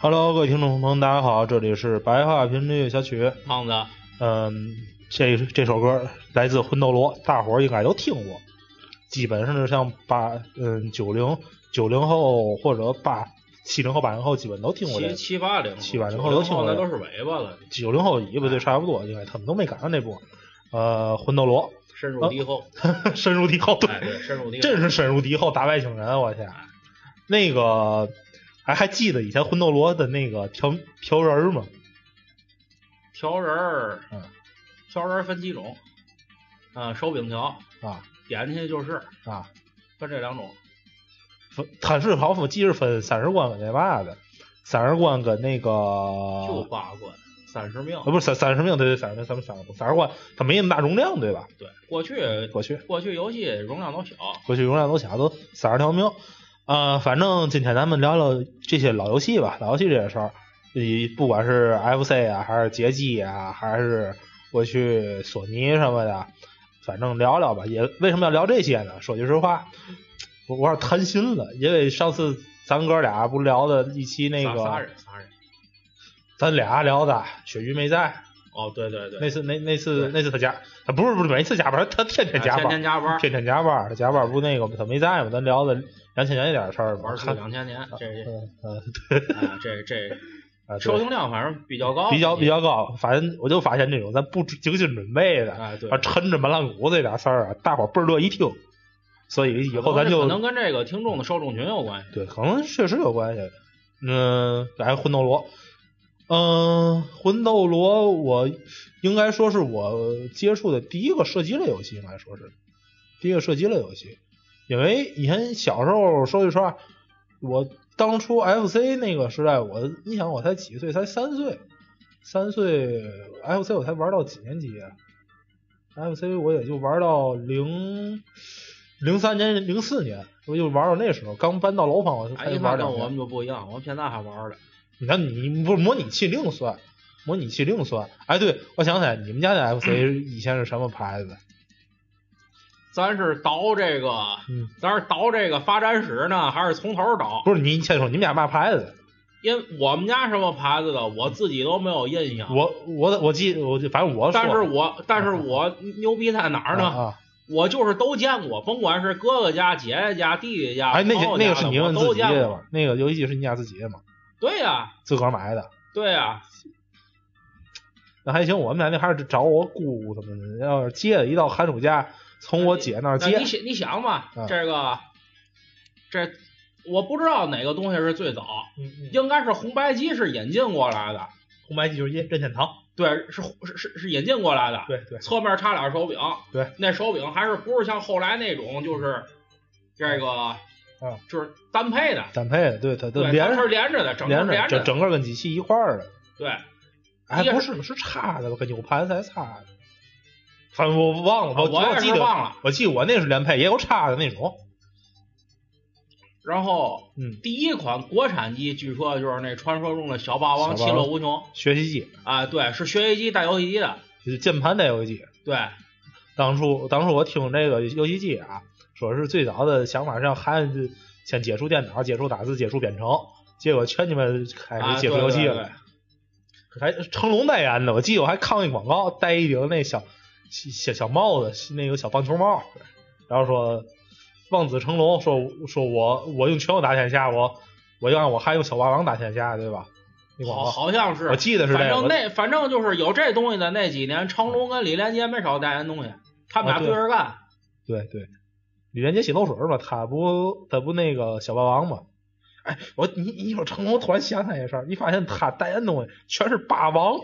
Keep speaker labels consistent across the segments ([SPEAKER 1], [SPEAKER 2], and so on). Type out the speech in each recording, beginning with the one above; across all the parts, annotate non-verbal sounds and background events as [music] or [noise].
[SPEAKER 1] Hello，各位听众朋友们，大家好，这里是白话频率小曲。
[SPEAKER 2] 胖子，
[SPEAKER 1] 嗯，这这首歌来自魂斗罗，大伙儿应该都听过。基本上是像八嗯九零九零后或者八七零后八零后，基本都听过这个。
[SPEAKER 2] 七七八零后，
[SPEAKER 1] 七八零
[SPEAKER 2] 九
[SPEAKER 1] 后
[SPEAKER 2] 零
[SPEAKER 1] 都听
[SPEAKER 2] 后
[SPEAKER 1] 过
[SPEAKER 2] 那
[SPEAKER 1] 这个
[SPEAKER 2] 都是尾巴了，
[SPEAKER 1] 九零后也不
[SPEAKER 2] 啊
[SPEAKER 1] 对，差不多，应该他们都没赶上那波。呃，魂斗罗 [laughs]
[SPEAKER 2] 深入敌后，
[SPEAKER 1] 深入敌后，对，
[SPEAKER 2] 哎，对，深入敌后，
[SPEAKER 1] 真哦是深入敌后，打外星人，我天！那个，哎，还记得以前魂斗罗的那个调调人儿吗？
[SPEAKER 2] 调人儿
[SPEAKER 1] 嗯，
[SPEAKER 2] 调人儿分几种，啊，手柄调，
[SPEAKER 1] 啊
[SPEAKER 2] 点进去就是
[SPEAKER 1] 啊，
[SPEAKER 2] 分这两种，
[SPEAKER 1] 分他是好像我记着分三十关跟那嘛的，三十关跟那个哦
[SPEAKER 2] 就八关，三十命
[SPEAKER 1] 啊，不是三三十命对对三十命咱们三十三十关，它没那么大容量对吧？
[SPEAKER 2] 对，过去
[SPEAKER 1] 过去
[SPEAKER 2] 过去游戏容量都小，
[SPEAKER 1] 过去容量都小，都三十条命。啊、反正今天咱们聊聊这些老游戏吧，老游戏这些事儿，你不管是 FC 啊，还是街机啊，还是过去索尼什么的，反正聊聊吧。也为什么要聊这些呢？说句实话，我我有点贪心了，因为上次咱哥俩不聊的一期那
[SPEAKER 2] 仨仨
[SPEAKER 1] 个，
[SPEAKER 2] 人仨人，
[SPEAKER 1] 咱俩聊的雪鱼没在，
[SPEAKER 2] 哦，对对对，
[SPEAKER 1] 那次那那次那次他加，他不是不是每次加班，他天天
[SPEAKER 2] 啊
[SPEAKER 1] 加
[SPEAKER 2] 天
[SPEAKER 1] 班
[SPEAKER 2] 天，加班，
[SPEAKER 1] 天天加班儿，他加班儿不那个他没在嘛，咱聊的两千年一点儿事儿嘛，
[SPEAKER 2] 玩
[SPEAKER 1] 看
[SPEAKER 2] 出两千年，这
[SPEAKER 1] 啊嗯嗯
[SPEAKER 2] 啊这这
[SPEAKER 1] 啊，
[SPEAKER 2] 收
[SPEAKER 1] 对
[SPEAKER 2] 听量反正比较高，
[SPEAKER 1] 比较比较高，反正我就发现这种咱不精心准备的，
[SPEAKER 2] 啊对
[SPEAKER 1] 啊，抻着门烂谷子这点事儿啊，大伙儿倍儿乐意听，所以以后咱
[SPEAKER 2] 可
[SPEAKER 1] 就
[SPEAKER 2] 能跟这个听众的受众群有关系。
[SPEAKER 1] 对，可能确实有关系。嗯，来魂斗罗，嗯，魂斗罗我应该说是我接触的第一个射击类游戏，应该说是第一个射击类游戏。因为以前小时候说句实话，我当初 FC 那个时代，我你想我才几岁，才三岁，三岁 FC 我才玩到几年级啊？FC 我也就玩到零零三年、零四年，我就玩到那时候，刚搬到楼房，我就
[SPEAKER 2] 哎，
[SPEAKER 1] 开
[SPEAKER 2] 一
[SPEAKER 1] 始玩
[SPEAKER 2] 看
[SPEAKER 1] 两
[SPEAKER 2] 跟我
[SPEAKER 1] 年。
[SPEAKER 2] 们就不一样，我们现在还玩的。
[SPEAKER 1] 你看你不是模拟器另算，模拟器另算。哎，对，我想起来，你们家的 FC 以前是什么牌子的？
[SPEAKER 2] 咱是倒这个，
[SPEAKER 1] 嗯
[SPEAKER 2] 咱是倒这个发展史呢，还是从头倒？
[SPEAKER 1] 不是你先说你们家嘛牌子的？
[SPEAKER 2] 因为我们家什么牌子的，我自己都没有印象。
[SPEAKER 1] 我我我记我就反正我说
[SPEAKER 2] 但是我但是我牛逼在哪儿呢？
[SPEAKER 1] 啊啊
[SPEAKER 2] 我就是都见过，甭管是哥哥家、姐姐家、弟弟家，
[SPEAKER 1] 哎，那
[SPEAKER 2] 朋友
[SPEAKER 1] 个那个
[SPEAKER 2] 家
[SPEAKER 1] 是
[SPEAKER 2] 的
[SPEAKER 1] 你们
[SPEAKER 2] 我都
[SPEAKER 1] 自己
[SPEAKER 2] 见
[SPEAKER 1] 的
[SPEAKER 2] 过。
[SPEAKER 1] 吧？那个游戏机是你家自己的嘛？
[SPEAKER 2] 对呀、
[SPEAKER 1] 自个儿买的，
[SPEAKER 2] 对
[SPEAKER 1] 啊
[SPEAKER 2] 呀、
[SPEAKER 1] 那还行。我们家那还是找我姑什么的，要是借的，一到寒暑假从我姐那儿
[SPEAKER 2] 那
[SPEAKER 1] 借
[SPEAKER 2] 你。想你想吧，
[SPEAKER 1] 嗯
[SPEAKER 2] 这个这我不知道哪个东西是最早，
[SPEAKER 1] 嗯嗯
[SPEAKER 2] 应该是红白机是引进过来的，
[SPEAKER 1] 红白机就是任任天堂，
[SPEAKER 2] 对，是是是是引进过来的。
[SPEAKER 1] 对对
[SPEAKER 2] 侧面插俩手柄，
[SPEAKER 1] 对，
[SPEAKER 2] 那手柄还是不是像后来那种就是这个，
[SPEAKER 1] 嗯
[SPEAKER 2] 就是单配的，
[SPEAKER 1] 单配的，对它都
[SPEAKER 2] 对，
[SPEAKER 1] 连
[SPEAKER 2] 它是连着的，整个
[SPEAKER 1] 连
[SPEAKER 2] 连
[SPEAKER 1] 着
[SPEAKER 2] 着
[SPEAKER 1] 整整
[SPEAKER 2] 的，
[SPEAKER 1] 个跟机器一块儿的。
[SPEAKER 2] 对，
[SPEAKER 1] 哎，
[SPEAKER 2] 一个
[SPEAKER 1] 不是是插的吧？跟 U 盘才插的，反正我忘了，我
[SPEAKER 2] 啊我也
[SPEAKER 1] 我
[SPEAKER 2] 是
[SPEAKER 1] 记得
[SPEAKER 2] 忘了。
[SPEAKER 1] 我记得我那是连配，也有插的那种。
[SPEAKER 2] 然后
[SPEAKER 1] 嗯，
[SPEAKER 2] 第一款国产机，据说就是那传说中的小霸王
[SPEAKER 1] 小
[SPEAKER 2] 气
[SPEAKER 1] 霸王
[SPEAKER 2] 乐无穷
[SPEAKER 1] 学习机
[SPEAKER 2] 啊，对，是学习机带游戏机的，
[SPEAKER 1] 就是键盘带游戏机，
[SPEAKER 2] 对，
[SPEAKER 1] 当初当初我听这个游戏机啊，说是最早的想法是让孩子先接触电脑、接触打字、接触编程，结果全你们开
[SPEAKER 2] 啊，
[SPEAKER 1] 始
[SPEAKER 2] 对
[SPEAKER 1] 接触游戏
[SPEAKER 2] 对
[SPEAKER 1] 了。
[SPEAKER 2] 对
[SPEAKER 1] 还成龙代言的，我记得我还看过一广告，戴一顶那小小小小帽子，是那个小棒球帽，然后说望子成龙，说说我我用拳头打天下，我我要让我还用小霸王打天下，对吧？那广
[SPEAKER 2] 好
[SPEAKER 1] 告
[SPEAKER 2] 好像是
[SPEAKER 1] 我，记得是
[SPEAKER 2] 反
[SPEAKER 1] 这
[SPEAKER 2] 正
[SPEAKER 1] 个，
[SPEAKER 2] 那反正就是有这东西的那几年，成龙跟李连杰没少代言东西，他们
[SPEAKER 1] 啊对
[SPEAKER 2] 俩对着干，
[SPEAKER 1] 对对，李连杰洗漏水嘛，他不他不那个小霸王嘛。哎，我你你说成龙，我突然想起来一事儿，你发现他代言东西全是霸王，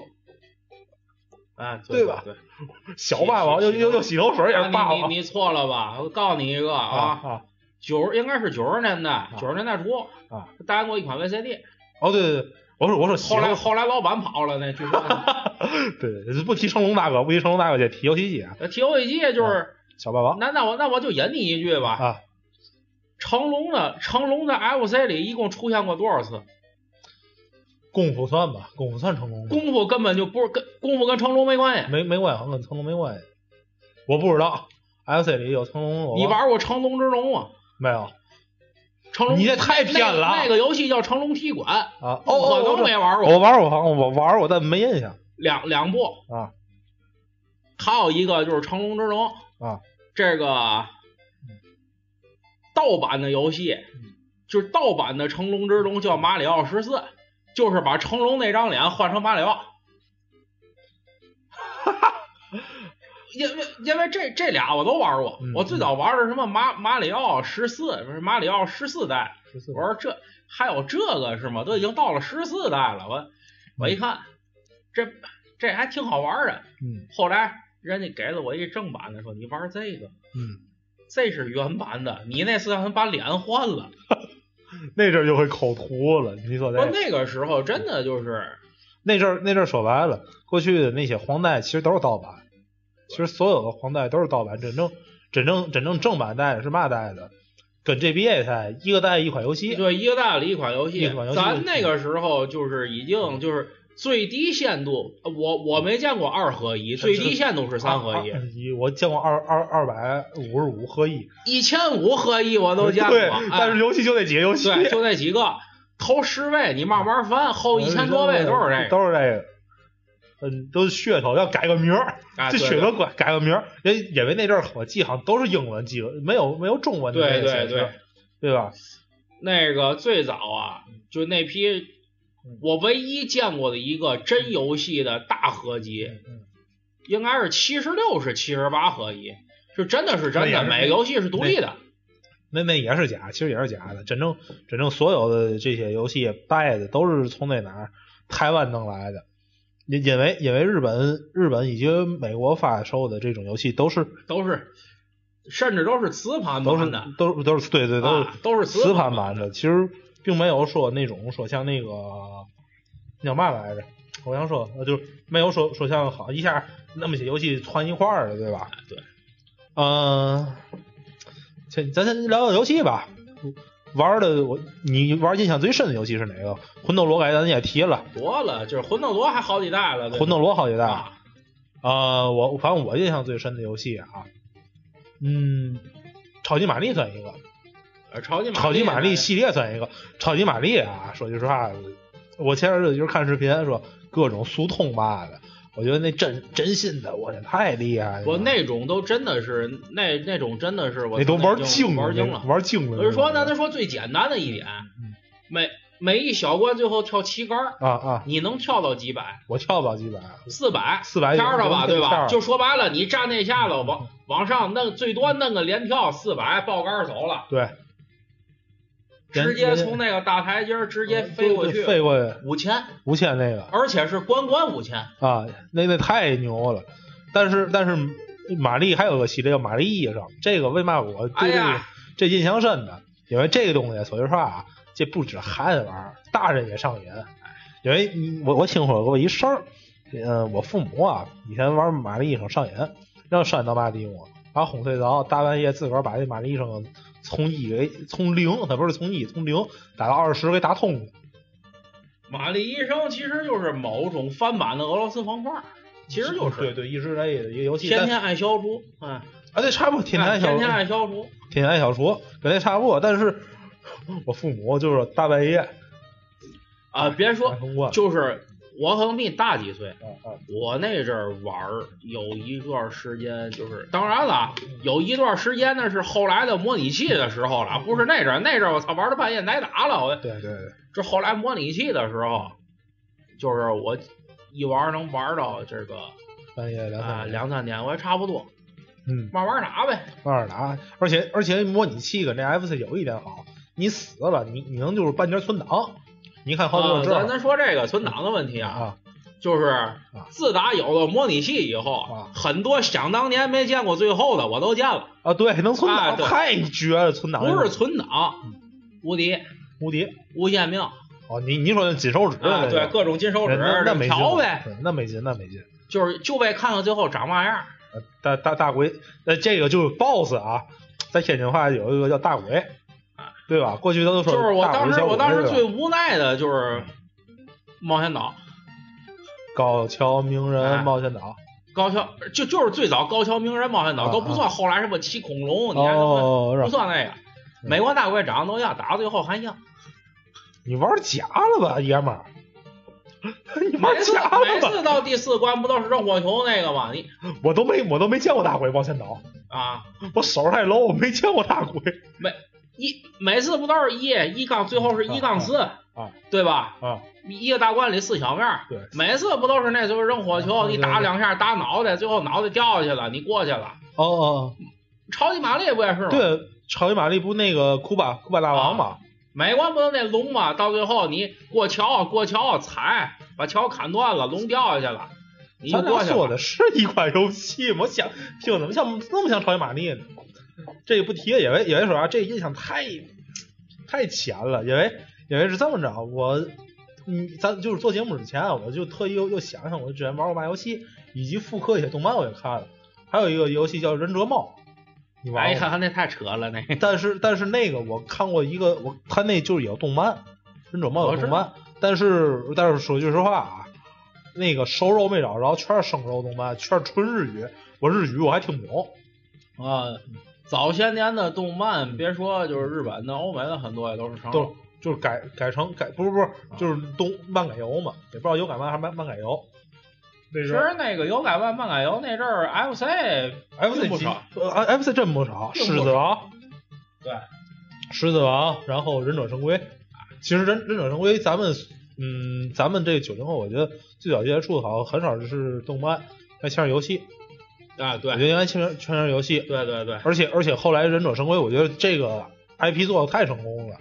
[SPEAKER 2] 啊，
[SPEAKER 1] 对
[SPEAKER 2] 对
[SPEAKER 1] 吧
[SPEAKER 2] 对。
[SPEAKER 1] 小霸王，
[SPEAKER 2] 洗
[SPEAKER 1] 又
[SPEAKER 2] 洗
[SPEAKER 1] 又又洗头水也是霸
[SPEAKER 2] 啊、你
[SPEAKER 1] 王
[SPEAKER 2] 你你错了吧？我告诉你一个
[SPEAKER 1] 啊
[SPEAKER 2] 啊，
[SPEAKER 1] 啊！
[SPEAKER 2] 九应该是九十年代，九十年代初
[SPEAKER 1] 啊，
[SPEAKER 2] 代言过一款 VCD，
[SPEAKER 1] 哦对对对，我说我说洗
[SPEAKER 2] 后
[SPEAKER 1] 头
[SPEAKER 2] 来后来老板跑了，那据
[SPEAKER 1] [laughs]
[SPEAKER 2] 说
[SPEAKER 1] 对，不提成龙大哥，不提成龙大哥，得提游戏机啊，
[SPEAKER 2] 提游戏机就是，
[SPEAKER 1] 小霸王
[SPEAKER 2] 那那我那我就引你一句吧，
[SPEAKER 1] 啊，
[SPEAKER 2] 成龙的成龙的 FC 里一共出现过多少次？
[SPEAKER 1] 功夫算吧，功夫算成龙吗？
[SPEAKER 2] 功夫根本就不是跟功夫跟成龙没关系，
[SPEAKER 1] 没没关系，好像跟成龙没关系，我不知道。FC 啊里有成龙，我忘
[SPEAKER 2] 你玩过成龙之龙吗？
[SPEAKER 1] 没有？
[SPEAKER 2] 成龙，
[SPEAKER 1] 你这太骗了啊
[SPEAKER 2] 那个那个游戏叫《成龙踢馆》，
[SPEAKER 1] 啊，哦，
[SPEAKER 2] 我
[SPEAKER 1] 哦
[SPEAKER 2] 都
[SPEAKER 1] 我
[SPEAKER 2] 没玩过，
[SPEAKER 1] 我玩我玩我玩我但没印象
[SPEAKER 2] 两两部
[SPEAKER 1] 啊。
[SPEAKER 2] 还有一个就是《成龙之龙》
[SPEAKER 1] 啊，
[SPEAKER 2] 这个盗版的游戏，
[SPEAKER 1] 嗯
[SPEAKER 2] 就是盗版的《成龙之龙》叫《马里奥十四》，就是把成龙那张脸换成马里
[SPEAKER 1] [laughs]
[SPEAKER 2] 奥。因为因为这这俩我都玩过，
[SPEAKER 1] 嗯
[SPEAKER 2] 我最早玩的是什么马马里奥十四，不是马里奥十四代，
[SPEAKER 1] 十四
[SPEAKER 2] 我说这还有这个是吗？都已经到了十四代了，我我一看，这这还挺好玩的。
[SPEAKER 1] 嗯
[SPEAKER 2] 后来人家给了我一正版的，说你玩这个，
[SPEAKER 1] 嗯，
[SPEAKER 2] 这是原版的，你那是让人把脸换了。
[SPEAKER 1] 那阵儿就会口图了，你所
[SPEAKER 2] 说
[SPEAKER 1] 在
[SPEAKER 2] 那个时候真的就是
[SPEAKER 1] 那阵儿那阵儿说白了，过去的那些黄带其实都是盗版，其实所有的黄带都是盗版，真正真正真正正版带是嘛带的，跟 GBA 带一个带一款游戏，
[SPEAKER 2] 对一个代理一款游戏，
[SPEAKER 1] 一款游戏
[SPEAKER 2] 咱那个时候就是已经就是。最低限度，呃我我没见过二合一，最低限度是三合一，
[SPEAKER 1] 啊一，我见过二二二百五十五合一，
[SPEAKER 2] 一千五合一我都见过。
[SPEAKER 1] 对
[SPEAKER 2] 哎，
[SPEAKER 1] 但是游戏就那几个游戏， [laughs]
[SPEAKER 2] 对，就那几个，头十位你慢慢翻，后一千多
[SPEAKER 1] 嗯
[SPEAKER 2] 位都是这个。
[SPEAKER 1] 都是这个。嗯，都是噱头，要改个名儿，
[SPEAKER 2] 啊，
[SPEAKER 1] 这
[SPEAKER 2] 对
[SPEAKER 1] 噱头改改个名儿，因为因为那阵儿我记好像都是英文记，没有没有中文的
[SPEAKER 2] 对
[SPEAKER 1] 那个
[SPEAKER 2] 对
[SPEAKER 1] 形式
[SPEAKER 2] 对，
[SPEAKER 1] 对吧？
[SPEAKER 2] 那个最早啊，就那批
[SPEAKER 1] 嗯
[SPEAKER 2] 我唯一见过的一个真游戏的大合集，
[SPEAKER 1] 嗯
[SPEAKER 2] 应该是七十六是七十八合一，是真的是真
[SPEAKER 1] 那也
[SPEAKER 2] 的，
[SPEAKER 1] 是
[SPEAKER 2] 每个游戏是独立的。
[SPEAKER 1] 那那也是假，其实也是假的。真正真正所有的这些游戏带的都是从那哪儿台湾弄来的，因因为因为日本日本以及美国发售的这种游戏都是
[SPEAKER 2] 都是，甚至都是磁盘
[SPEAKER 1] 都是
[SPEAKER 2] 版的，
[SPEAKER 1] 都是都是对对都是
[SPEAKER 2] 啊，都是
[SPEAKER 1] 磁
[SPEAKER 2] 盘
[SPEAKER 1] 盘版的，其实并没有说那种说像那个那叫嘛来着。我想说，呃就是没有说说像好一下那么些游戏串一块儿的，对吧？
[SPEAKER 2] 啊对，
[SPEAKER 1] 嗯，先咱先聊聊游戏吧。玩的我你玩印象最深的游戏是哪个？魂斗罗，刚才咱也提了，
[SPEAKER 2] 多了，就是魂斗罗还好几代了，对吧
[SPEAKER 1] 魂斗罗好几代。
[SPEAKER 2] 啊，
[SPEAKER 1] 呃，我反正我印象最深的游戏啊，嗯，超级玛丽算一个，
[SPEAKER 2] 呃超级玛
[SPEAKER 1] [laughs]
[SPEAKER 2] 丽
[SPEAKER 1] 超级玛丽系列算一个。超级玛丽啊，说句实话，我前段日子就是看视频说各种速通嘛的，我觉得那真真心的，我这太厉害了。
[SPEAKER 2] 我那种都真的是那那种真的是我
[SPEAKER 1] 那都玩
[SPEAKER 2] 已经
[SPEAKER 1] 精
[SPEAKER 2] 玩精了。
[SPEAKER 1] 玩精了。
[SPEAKER 2] 我是说呢，咱说最简单的一点
[SPEAKER 1] 嗯，
[SPEAKER 2] 每每一小关最后跳旗杆儿，
[SPEAKER 1] 啊啊，
[SPEAKER 2] 你能跳到几百？
[SPEAKER 1] 我跳不了几百，
[SPEAKER 2] 四百，
[SPEAKER 1] 四百
[SPEAKER 2] 片儿了吧，对吧？就是说白了，你站那下了，往往上弄，最多弄个连跳四百，爆杆儿走了，
[SPEAKER 1] 对，
[SPEAKER 2] 直接从那个大台阶儿直接飞过去，
[SPEAKER 1] 飞过去
[SPEAKER 2] 五千，
[SPEAKER 1] 无限那个
[SPEAKER 2] 而且是关关五千。
[SPEAKER 1] 啊，那那太牛了。但是但是，玛丽还有个系列叫玛丽医生，这个为嘛我
[SPEAKER 2] 哎
[SPEAKER 1] 对这个
[SPEAKER 2] 呀，
[SPEAKER 1] 这印象深呢？因为这个东西，说句实话啊，这不止孩子玩儿，大人也上瘾。因为嗯我我听说过一事儿，呃，我父母啊以前玩玛丽医生上瘾，让扇到嘛地步，啊把哄睡着，大半夜自个儿把这玛丽医生从一给从零，他不是从一从零打到二十给打通了。
[SPEAKER 2] 玛丽医生其实就是某种翻版的俄罗斯方块儿，其实就
[SPEAKER 1] 对
[SPEAKER 2] 是
[SPEAKER 1] 对，益智类的一个游戏。
[SPEAKER 2] 天
[SPEAKER 1] 但
[SPEAKER 2] 天爱消除，哎，
[SPEAKER 1] 啊，对，差不多天天
[SPEAKER 2] 哎
[SPEAKER 1] 爱小
[SPEAKER 2] 天天爱消除。
[SPEAKER 1] 天天爱小说跟那差不多，但是 [laughs] 我父母就是大半夜
[SPEAKER 2] 啊，别
[SPEAKER 1] 打
[SPEAKER 2] 说，
[SPEAKER 1] 通关。
[SPEAKER 2] 就是我可能比你大几岁。
[SPEAKER 1] 啊啊
[SPEAKER 2] 我那阵儿玩儿有一段时间，就是当然了，有一段时间呢是后来的模拟器的时候了，不是那阵儿，那阵儿我操玩到半夜挨打了。我
[SPEAKER 1] 对对对，
[SPEAKER 2] 这后来模拟器的时候，就是我一玩儿能玩儿到这个
[SPEAKER 1] 半夜两
[SPEAKER 2] 啊
[SPEAKER 1] 三点，
[SPEAKER 2] 两三点，我也差不多，
[SPEAKER 1] 嗯，
[SPEAKER 2] 慢慢打呗。
[SPEAKER 1] 慢点打。而且而且模拟器跟这 FC 有一点好，你死了你你能就是半截存档，你看好多
[SPEAKER 2] 啊，
[SPEAKER 1] 有这
[SPEAKER 2] 咱
[SPEAKER 1] 样
[SPEAKER 2] 咱说这个存档的问题啊，
[SPEAKER 1] 啊
[SPEAKER 2] 就是自打有了模拟器以后
[SPEAKER 1] 啊，
[SPEAKER 2] 很多想当年没见过最后的我都见了。
[SPEAKER 1] 啊，对，能存
[SPEAKER 2] 啊
[SPEAKER 1] 档
[SPEAKER 2] 对
[SPEAKER 1] 太绝了，存档
[SPEAKER 2] 不是存档，
[SPEAKER 1] 嗯
[SPEAKER 2] 无敌、
[SPEAKER 1] 无敌。
[SPEAKER 2] 无限命啊，
[SPEAKER 1] 哦，你你说那金手指那个
[SPEAKER 2] 对，各种金手指
[SPEAKER 1] 那那没劲
[SPEAKER 2] 调呗，，
[SPEAKER 1] 对那没劲，那没劲。
[SPEAKER 2] 就是就为看看最后长嘛样。
[SPEAKER 1] 呃大大大鬼，呃，这个就是 BOSS 啊，在天津话有一个叫大鬼，对吧？过去他都说
[SPEAKER 2] 啊就是我
[SPEAKER 1] 大
[SPEAKER 2] 当
[SPEAKER 1] 鬼
[SPEAKER 2] 时，
[SPEAKER 1] 小
[SPEAKER 2] 我当时
[SPEAKER 1] 鬼
[SPEAKER 2] 最无奈的就是冒险岛
[SPEAKER 1] 高桥名人
[SPEAKER 2] 哎
[SPEAKER 1] 冒险岛，
[SPEAKER 2] 高桥，就就是最早高桥名人冒险岛
[SPEAKER 1] 啊
[SPEAKER 2] 都不算，后来什么七恐龙，你还能
[SPEAKER 1] 哦，
[SPEAKER 2] 不
[SPEAKER 1] 是吧嗯
[SPEAKER 2] 算那个。美国大怪长得都一样，打到最后还一样。
[SPEAKER 1] 你玩假了吧，爷们儿？ [laughs] 你玩
[SPEAKER 2] 每次
[SPEAKER 1] 假了
[SPEAKER 2] 每
[SPEAKER 1] 吧？
[SPEAKER 2] 次到第四关不都是扔火球那个吗？你
[SPEAKER 1] 我都没我都没见过大鬼往前倒，
[SPEAKER 2] 啊，
[SPEAKER 1] 我手太 low，我没见过大鬼
[SPEAKER 2] 一每次不都是一一杠，最后是一杠四
[SPEAKER 1] 嗯啊，
[SPEAKER 2] 对吧？
[SPEAKER 1] 啊。
[SPEAKER 2] 一个大关里四小面儿，
[SPEAKER 1] 对，
[SPEAKER 2] 每次不都是那就是扔火
[SPEAKER 1] 啊
[SPEAKER 2] 球，
[SPEAKER 1] 对
[SPEAKER 2] 你打两下打脑袋，最后脑袋掉下去了，你过去了。
[SPEAKER 1] 哦哦，
[SPEAKER 2] 超级玛丽不也是吗？，
[SPEAKER 1] 对，超级玛丽不那个库巴库巴大王
[SPEAKER 2] 啊
[SPEAKER 1] 嘛？
[SPEAKER 2] 美国不都那龙吗？到最后你过桥过桥踩，把桥砍断了，龙掉下去了，你就
[SPEAKER 1] 咱
[SPEAKER 2] 过
[SPEAKER 1] 俩
[SPEAKER 2] 去
[SPEAKER 1] 做
[SPEAKER 2] 了。
[SPEAKER 1] 的是一款游戏吗？我想听怎么像那么像超级玛丽呢？这个不提也为也为什么啊？这印象太太浅了，因为因为是这么着，我嗯，咱就是做节目之前啊，我就特意又又想想我之前玩过嘛游戏，以及复刻一些动漫我也看了，还有一个游戏叫《忍者猫》，你玩
[SPEAKER 2] 哎，
[SPEAKER 1] 过吗？
[SPEAKER 2] 看看那太扯了，那
[SPEAKER 1] 但是但是那个我看过一个，我他那就是有动漫，《忍者猫》有动漫，但是但是说句实话啊，那个熟肉没找着，全是生肉动漫，全是纯日语，我日语我还听不懂。
[SPEAKER 2] 啊，早些年的动漫，别说就是日本的、欧美的很多也都是成
[SPEAKER 1] 都就是改改成改不是不是，就是东漫改游嘛，也不知道有改漫还是漫漫改游。那
[SPEAKER 2] 其
[SPEAKER 1] 时
[SPEAKER 2] 实那个有改万漫改游那阵儿，FC
[SPEAKER 1] FC
[SPEAKER 2] 并不
[SPEAKER 1] 级
[SPEAKER 2] 少
[SPEAKER 1] 呃 FC 真不少，
[SPEAKER 2] 并
[SPEAKER 1] 狮
[SPEAKER 2] 不少
[SPEAKER 1] 子王
[SPEAKER 2] 对啊
[SPEAKER 1] 狮子王，然后忍者神龟。其实忍忍者神龟，咱们嗯，咱们这九零后，我觉得最早接触的好像很少是动漫，还全是游戏。
[SPEAKER 2] 啊，
[SPEAKER 1] 我觉
[SPEAKER 2] 对
[SPEAKER 1] 得应该全是全是游戏，
[SPEAKER 2] 对对对，
[SPEAKER 1] 而且而且后来忍者神龟，我觉得这个 IP 做的太成功了。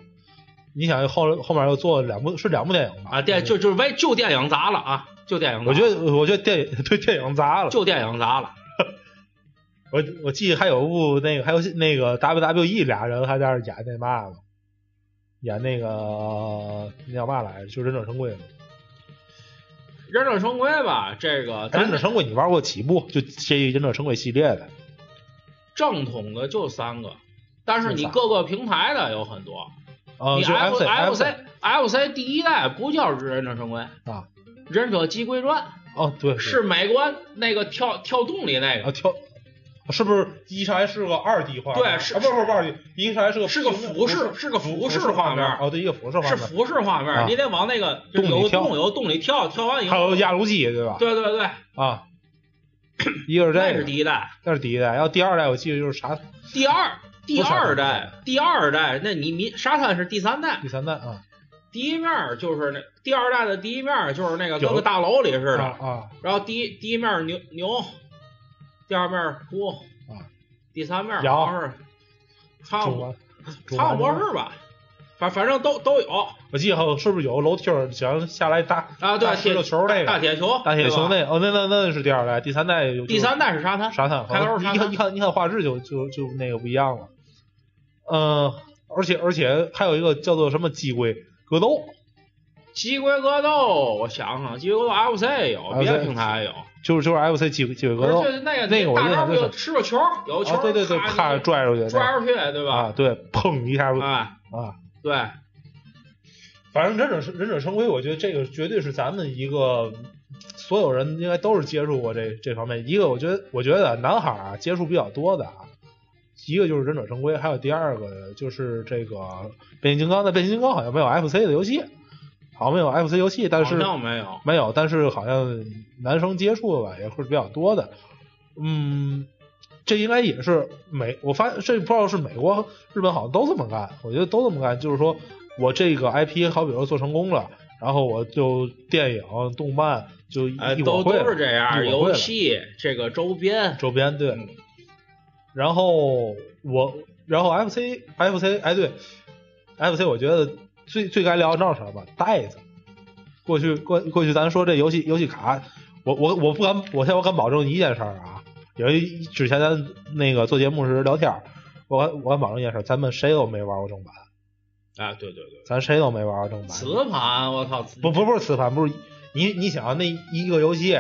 [SPEAKER 1] 你想后后面又做了两部是两部电影吧？
[SPEAKER 2] 啊电就就是为就电影砸了啊，就电影砸了，
[SPEAKER 1] 我觉得我觉得电影 [laughs] 对电影砸了。
[SPEAKER 2] 就电影砸了。
[SPEAKER 1] 我我记得还有部那个，还有那个 WWE 俩人还在那儿演那嘛呢，演那个那叫嘛来着，就忍者神龟嘛。
[SPEAKER 2] 忍者神龟吧，这个
[SPEAKER 1] 忍
[SPEAKER 2] 咱
[SPEAKER 1] 者神龟你玩过几部？就这忍者神龟系列的，
[SPEAKER 2] 正统的就三个，但是你
[SPEAKER 1] 就仨
[SPEAKER 2] 各个平台的有很多。
[SPEAKER 1] 啊，
[SPEAKER 2] 你
[SPEAKER 1] 就
[SPEAKER 2] F
[SPEAKER 1] FC
[SPEAKER 2] FC FC 第一代不叫忍者神龟
[SPEAKER 1] 啊，
[SPEAKER 2] 忍者鸡龟传
[SPEAKER 1] 哦对对
[SPEAKER 2] 是美国那个跳跳洞里那
[SPEAKER 1] 啊
[SPEAKER 2] 个，
[SPEAKER 1] 跳。是不是一上来是个二 D 画面？
[SPEAKER 2] 对是
[SPEAKER 1] 啊，不是不是不是二 D，一上来啊是个
[SPEAKER 2] 是个
[SPEAKER 1] 平面
[SPEAKER 2] 俯视，是个
[SPEAKER 1] 俯
[SPEAKER 2] 俯
[SPEAKER 1] 视
[SPEAKER 2] 视画
[SPEAKER 1] 面
[SPEAKER 2] 面，
[SPEAKER 1] 哦，对，一个俯视画
[SPEAKER 2] 是
[SPEAKER 1] 面，
[SPEAKER 2] 俯视画面，
[SPEAKER 1] 啊
[SPEAKER 2] 你得往那个
[SPEAKER 1] 洞里
[SPEAKER 2] 有个
[SPEAKER 1] 跳
[SPEAKER 2] 洞有个洞里跳，跳完以
[SPEAKER 1] 还
[SPEAKER 2] 后，
[SPEAKER 1] 有压路机对吧？
[SPEAKER 2] 对对对，
[SPEAKER 1] 啊，一个是
[SPEAKER 2] 那
[SPEAKER 1] 这
[SPEAKER 2] 是
[SPEAKER 1] 个，
[SPEAKER 2] 第一代，
[SPEAKER 1] 那是第一代，然后第二代我记得就是啥
[SPEAKER 2] 第二第
[SPEAKER 1] 不
[SPEAKER 2] 二
[SPEAKER 1] 是沙
[SPEAKER 2] 代第二代，那你你沙滩是第三代，
[SPEAKER 1] 第三代啊
[SPEAKER 2] 第一面就是那第二代的第一面就是那个
[SPEAKER 1] 有
[SPEAKER 2] 跟个大楼里似
[SPEAKER 1] 啊
[SPEAKER 2] 的，
[SPEAKER 1] 啊
[SPEAKER 2] 然后第一第一面牛牛，第二面猪，第三面
[SPEAKER 1] 啊羊啊
[SPEAKER 2] 好像是
[SPEAKER 1] 主
[SPEAKER 2] 汤姆
[SPEAKER 1] 玩主
[SPEAKER 2] 汤
[SPEAKER 1] 玩
[SPEAKER 2] 姆博士吧，反反正都都有
[SPEAKER 1] 我记得还有是不是有个楼梯儿想下来搭大
[SPEAKER 2] 啊，对，
[SPEAKER 1] 石
[SPEAKER 2] 铁
[SPEAKER 1] 头球那个
[SPEAKER 2] 大铁球，
[SPEAKER 1] 打铁球
[SPEAKER 2] 对吧，
[SPEAKER 1] 那哦那那那是第二代，第三代有
[SPEAKER 2] 第三代是沙滩，
[SPEAKER 1] 沙滩，
[SPEAKER 2] 开头是沙
[SPEAKER 1] 一看
[SPEAKER 2] 滩
[SPEAKER 1] 一看一看画质就就就那个不一样了，嗯，而且而且还有一个叫做什么鸡龟格斗，
[SPEAKER 2] 鸡龟格斗，我想想，鸡龟格斗 FC 也有，别的
[SPEAKER 1] FC
[SPEAKER 2] 平台也有，
[SPEAKER 1] 就是就是 FC 鸡鸡龟格斗
[SPEAKER 2] 不，是那个
[SPEAKER 1] 那个我
[SPEAKER 2] 大
[SPEAKER 1] 印象
[SPEAKER 2] 招不
[SPEAKER 1] 最
[SPEAKER 2] 就
[SPEAKER 1] 深
[SPEAKER 2] 吃个球，有个球
[SPEAKER 1] 啊对对对，
[SPEAKER 2] 咔
[SPEAKER 1] 咔
[SPEAKER 2] 就
[SPEAKER 1] 拽出去那个，
[SPEAKER 2] 拽出去，对吧？
[SPEAKER 1] 啊对，砰一下
[SPEAKER 2] 哎，
[SPEAKER 1] 啊，
[SPEAKER 2] 对，
[SPEAKER 1] 反正忍者神忍者神龟，我觉得这个绝对是咱们一个所有人应该都是接触过这这方面。一个我觉得我觉得男孩儿啊接触比较多的啊，一个就是忍者神龟，还有第二个就是这个变形金刚。但变形金刚好像没有 FC 的游戏，好像没有 FC 游戏，但是
[SPEAKER 2] 好像没有。
[SPEAKER 1] 没有，但是好像男生接触的吧也会比较多的。嗯，这应该也是美，我发这不知道是美国、日本好像都这么干，我觉得都这么干，就是说我这个 IP 好比说做成功了，然后我就电影、动漫就一
[SPEAKER 2] 哎，
[SPEAKER 1] 一
[SPEAKER 2] 都
[SPEAKER 1] 伙会
[SPEAKER 2] 都
[SPEAKER 1] 了
[SPEAKER 2] 是这样，
[SPEAKER 1] 一伙会
[SPEAKER 2] 游
[SPEAKER 1] 了
[SPEAKER 2] 戏这个周边，
[SPEAKER 1] 周边对
[SPEAKER 2] 嗯。
[SPEAKER 1] 然后我，然后 FC FC 哎对，FC 我觉得最最该聊的是什么？袋子。过去过过去咱说这游戏游戏卡，我我我不敢，我现在我敢保证一件事儿啊，有一之前咱那个做节目时聊天儿，我敢我敢保证一件事儿，咱们谁都没玩过正版，啊
[SPEAKER 2] 哎，对对对，
[SPEAKER 1] 咱谁都没玩过正版。
[SPEAKER 2] 磁盘，我操，
[SPEAKER 1] 不不不是磁盘，不是你你想那一个游戏，